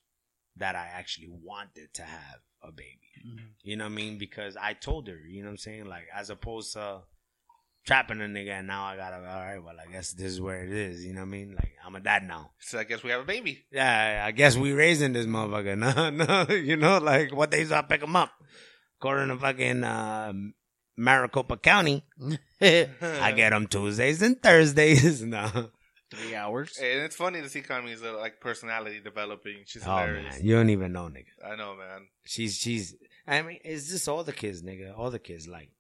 [SPEAKER 1] that I actually wanted to have a baby. You know what I mean? Because I told her. You know what I'm saying? Like as opposed to trapping a nigga, and now I gotta. All right, well, I guess this is where it is. You know what I mean? Like I'm a dad now.
[SPEAKER 2] so I guess we have a baby.
[SPEAKER 1] Yeah, I guess we raising this motherfucker. No, no, you know, like what days do I pick him up? According to fucking uh, Maricopa County,
[SPEAKER 3] Mm-hmm.
[SPEAKER 1] I get him Tuesdays and Thursdays. no,
[SPEAKER 3] Three hours.
[SPEAKER 2] And it's funny to see Kami's uh, like personality developing. She's
[SPEAKER 1] oh man,
[SPEAKER 2] hilarious.
[SPEAKER 1] you don't even know, nigga.
[SPEAKER 2] I know, man.
[SPEAKER 1] She's she's. I mean, it's just all the kids, nigga. All the kids, like,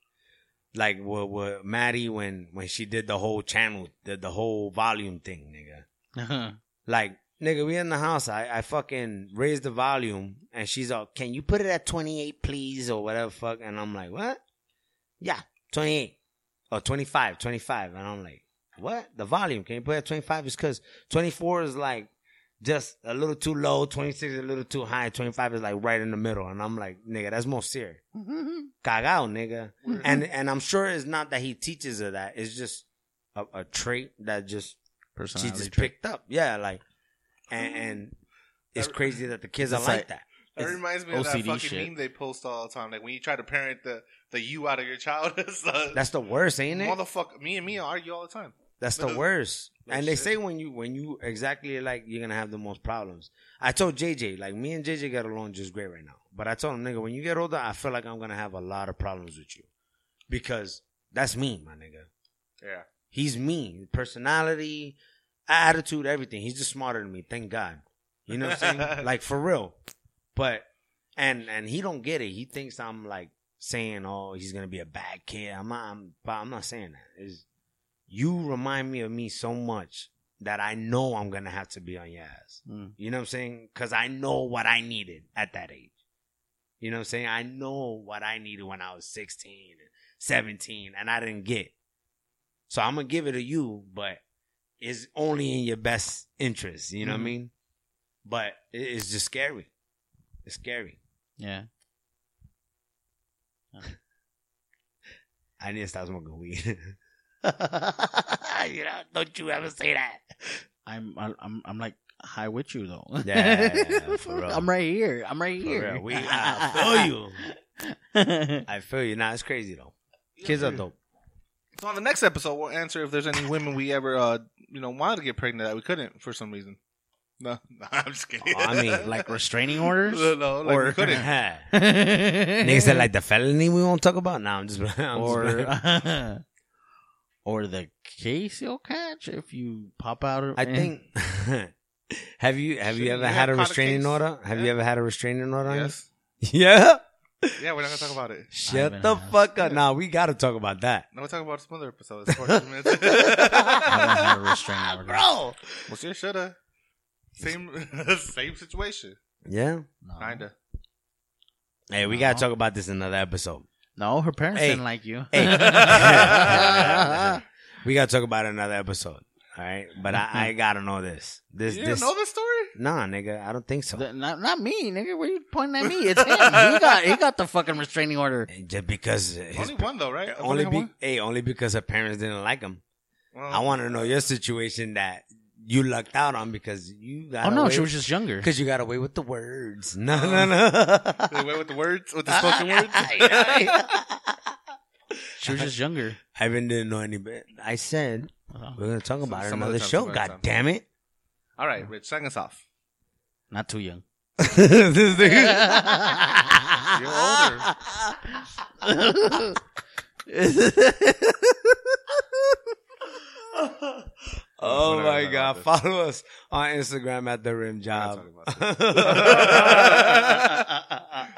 [SPEAKER 1] like what what Maddie when when she did the whole channel, the the whole volume thing, nigga. Like, nigga, we in the house. I, I fucking raised the volume and she's all, can you put it at 28, please? Or whatever fuck. And I'm like, what? Yeah, 28. Or 25, 25. And I'm like, what? The volume, can you put it at 25? It's because 24 is like just a little too low, 26 is a little too high, 25 is like right in the middle. And I'm like, nigga, that's more serious. Cagao, nigga. And, and I'm sure it's not that he teaches her that. It's just a, a trait that just she
[SPEAKER 3] Personality
[SPEAKER 1] just
[SPEAKER 3] trait.
[SPEAKER 1] picked up. Yeah, like, and, and it's
[SPEAKER 2] That-
[SPEAKER 1] crazy that the kids are
[SPEAKER 3] That's
[SPEAKER 1] like
[SPEAKER 3] like-
[SPEAKER 1] that.
[SPEAKER 2] That
[SPEAKER 1] It's-
[SPEAKER 2] reminds me of that
[SPEAKER 3] OCD
[SPEAKER 2] fucking
[SPEAKER 3] shit.
[SPEAKER 2] meme they post all the time. Like when you try to parent the the you out of your child. it's like,
[SPEAKER 1] That's the worst, ain't it?
[SPEAKER 2] motherfucker. Me and Mia argue all the time.
[SPEAKER 1] That's the worst.
[SPEAKER 2] Oh,
[SPEAKER 1] And they
[SPEAKER 2] shit.
[SPEAKER 1] say when you when you exactly like you're gonna have the most problems. I told JJ like me and JJ get along just great right now. But I told him nigga when you get older, I feel like I'm gonna have a lot of problems with you because that's me, my nigga.
[SPEAKER 2] Yeah.
[SPEAKER 1] He's me, personality, attitude, everything. He's just smarter than me. Thank God. You know what I'm saying? like for real. But and and he don't get it. He thinks I'm like saying, "Oh, he's gonna be a bad kid." I'm not. I'm, but I'm not saying that. Is you remind me of me so much that I know I'm gonna have to be on your ass.
[SPEAKER 3] Mm.
[SPEAKER 1] You know what I'm saying? Because I know what I needed at that age. You know what I'm saying? I know what I needed when I was 16 and 17, and I didn't get. So I'm gonna give it to you, but it's only in your best interest. You know
[SPEAKER 3] Mhm.
[SPEAKER 1] what I mean? But it- it's just scary. It's scary.
[SPEAKER 3] Yeah.
[SPEAKER 1] I need to stop smoking weed. you know, don't you ever say that.
[SPEAKER 3] I'm I'm I'm like high with you though.
[SPEAKER 1] Yeah, for real.
[SPEAKER 3] I'm right here. I'm right here.
[SPEAKER 1] real. We- I feel
[SPEAKER 3] you.
[SPEAKER 1] I feel you. Nah, it's crazy though. Kids are dope.
[SPEAKER 2] So on the next episode, we'll answer if there's any women we ever, uh, you know, wanted to get pregnant that we couldn't for some reason. No, no I'm just kidding.
[SPEAKER 1] Oh, I mean,
[SPEAKER 3] like restraining orders.
[SPEAKER 2] no, no, like we
[SPEAKER 3] or-
[SPEAKER 2] couldn't.
[SPEAKER 1] Niggas
[SPEAKER 3] Niggas
[SPEAKER 1] said like the felony we won't talk about. Nah, I'm just. I'm
[SPEAKER 3] or
[SPEAKER 1] just
[SPEAKER 3] or the case you'll catch if you pop out. of-
[SPEAKER 1] I think. have you have you
[SPEAKER 2] Shouldn't
[SPEAKER 1] ever
[SPEAKER 2] we
[SPEAKER 1] had
[SPEAKER 2] have
[SPEAKER 1] a
[SPEAKER 2] caught a
[SPEAKER 1] restraining
[SPEAKER 2] case?
[SPEAKER 1] order? Have you
[SPEAKER 2] Yeah.
[SPEAKER 1] ever had a restraining order? on you?
[SPEAKER 2] Yes.
[SPEAKER 1] Yeah.
[SPEAKER 2] Yeah, we're not gonna talk about it.
[SPEAKER 1] Shut
[SPEAKER 3] been
[SPEAKER 1] the
[SPEAKER 3] asked.
[SPEAKER 1] fuck up. Nah, we gotta talk about that.
[SPEAKER 2] No, we'll talk about some other episodes. It's 14
[SPEAKER 3] I haven't
[SPEAKER 2] minutes.
[SPEAKER 3] had a restraining order.
[SPEAKER 1] Bro.
[SPEAKER 2] well, sure, shoulda. Same, same situation.
[SPEAKER 1] Yeah.
[SPEAKER 3] No.
[SPEAKER 2] Kinda.
[SPEAKER 1] Hey, we
[SPEAKER 3] Uh-huh.
[SPEAKER 1] gotta talk about this in another episode.
[SPEAKER 3] No, her parents
[SPEAKER 1] Hey.
[SPEAKER 3] didn't like you.
[SPEAKER 1] Hey. we gotta talk about it in another episode. All right, but I, I gotta know this. This
[SPEAKER 2] You didn't
[SPEAKER 1] this
[SPEAKER 2] know this story?
[SPEAKER 1] nah, nigga, I don't think so.
[SPEAKER 3] Th- Not, not me, nigga. What are you pointing at me? It's him. he got he got the fucking restraining order.
[SPEAKER 1] Just because uh, his,
[SPEAKER 2] Only one though, right?
[SPEAKER 1] only
[SPEAKER 2] had
[SPEAKER 1] be,
[SPEAKER 2] one? Oh.
[SPEAKER 1] hey, only because her parents didn't like him.
[SPEAKER 2] Well,
[SPEAKER 1] I want to know your situation that you lucked out on because you got
[SPEAKER 3] Oh no,
[SPEAKER 1] away,
[SPEAKER 3] she was just younger.
[SPEAKER 1] because you got away with the words. No,
[SPEAKER 2] Oh.
[SPEAKER 1] no, no.
[SPEAKER 2] Wait, wait, with the words, with the spoken words.
[SPEAKER 3] She was just younger.
[SPEAKER 1] Ivan didn't know any bit. I said we're gonna talk about it
[SPEAKER 2] Some other
[SPEAKER 1] another
[SPEAKER 2] time,
[SPEAKER 1] show.
[SPEAKER 2] some other
[SPEAKER 1] God
[SPEAKER 2] time.
[SPEAKER 1] damn it!
[SPEAKER 2] All right, Rich, sing us off.
[SPEAKER 3] Not too young.
[SPEAKER 1] this nigga.
[SPEAKER 2] You're older.
[SPEAKER 1] Oh
[SPEAKER 2] Whatever,
[SPEAKER 1] my
[SPEAKER 2] whatever,
[SPEAKER 1] god!
[SPEAKER 2] whatever.
[SPEAKER 1] Follow us on Instagram at the Rim Job.
[SPEAKER 2] We're not talking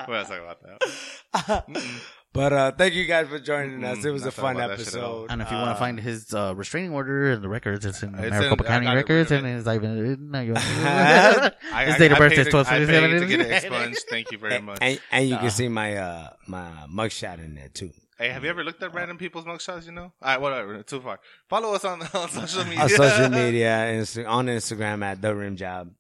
[SPEAKER 2] We're not talking about that.
[SPEAKER 1] but uh, thank you guys for joining
[SPEAKER 2] Mm-mm,
[SPEAKER 1] us. It was
[SPEAKER 2] not
[SPEAKER 1] a
[SPEAKER 2] talking
[SPEAKER 1] fun
[SPEAKER 2] about that shit at all.
[SPEAKER 1] episode.
[SPEAKER 3] And if you want to find his uh, restraining order and the records, it's in
[SPEAKER 2] It's in-
[SPEAKER 3] Maricopa
[SPEAKER 2] I
[SPEAKER 3] County
[SPEAKER 2] got it
[SPEAKER 3] Records,
[SPEAKER 2] rid of
[SPEAKER 3] and it's Ivan. no, you-
[SPEAKER 2] I,
[SPEAKER 3] His date of birth
[SPEAKER 2] paid
[SPEAKER 3] is
[SPEAKER 2] to-
[SPEAKER 3] 12
[SPEAKER 2] I paid to get it expunged. Thank you very
[SPEAKER 1] And,
[SPEAKER 2] much.
[SPEAKER 1] and, and you
[SPEAKER 3] Nah.
[SPEAKER 1] can see my uh my mugshot in there too.
[SPEAKER 2] Hey, have you ever looked at random people's mugshots? You know, all right, whatever. Too far. Follow us on, on social media.
[SPEAKER 1] On social media, Insta- on Instagram at the Rim Job.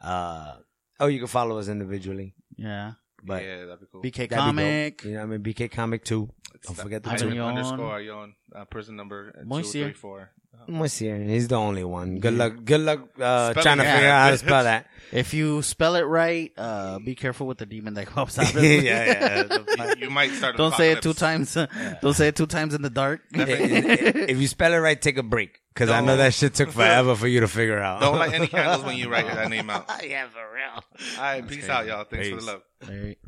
[SPEAKER 1] Uh, oh, you can follow us individually,
[SPEAKER 3] yeah.
[SPEAKER 1] but
[SPEAKER 2] yeah, that'd be cool.
[SPEAKER 1] that'd
[SPEAKER 3] BK
[SPEAKER 1] be dope.
[SPEAKER 3] Comic.
[SPEAKER 1] You know, what I mean, BK Comic too.
[SPEAKER 2] It's
[SPEAKER 1] Don't
[SPEAKER 2] that-
[SPEAKER 1] forget the
[SPEAKER 2] I
[SPEAKER 3] Ivan
[SPEAKER 1] Twitter.
[SPEAKER 3] Yon.
[SPEAKER 2] underscore I own uh, prison number uh, two
[SPEAKER 3] Moisir.
[SPEAKER 2] three four.
[SPEAKER 1] Monsieur, he's the only one. Good
[SPEAKER 3] Yeah.
[SPEAKER 1] luck. Good luck uh,
[SPEAKER 2] Spelling
[SPEAKER 1] trying to
[SPEAKER 2] it.
[SPEAKER 1] figure out how to spell that.
[SPEAKER 3] If you spell it right, uh, be careful with the demon that comes out.
[SPEAKER 1] yeah, yeah.
[SPEAKER 2] You, you might start.
[SPEAKER 3] Don't say it two
[SPEAKER 2] apocalypse.
[SPEAKER 3] times. Don't say it two times in the dark.
[SPEAKER 1] if you spell it right, take a break because I know
[SPEAKER 2] Don't.
[SPEAKER 1] that shit took forever for you to figure out.
[SPEAKER 2] Don't light any candles when you write that name out. All
[SPEAKER 1] Oh, yeah, for real.
[SPEAKER 2] right, peace out, y'all. Thanks for
[SPEAKER 1] Peace.
[SPEAKER 2] the love.
[SPEAKER 3] All right.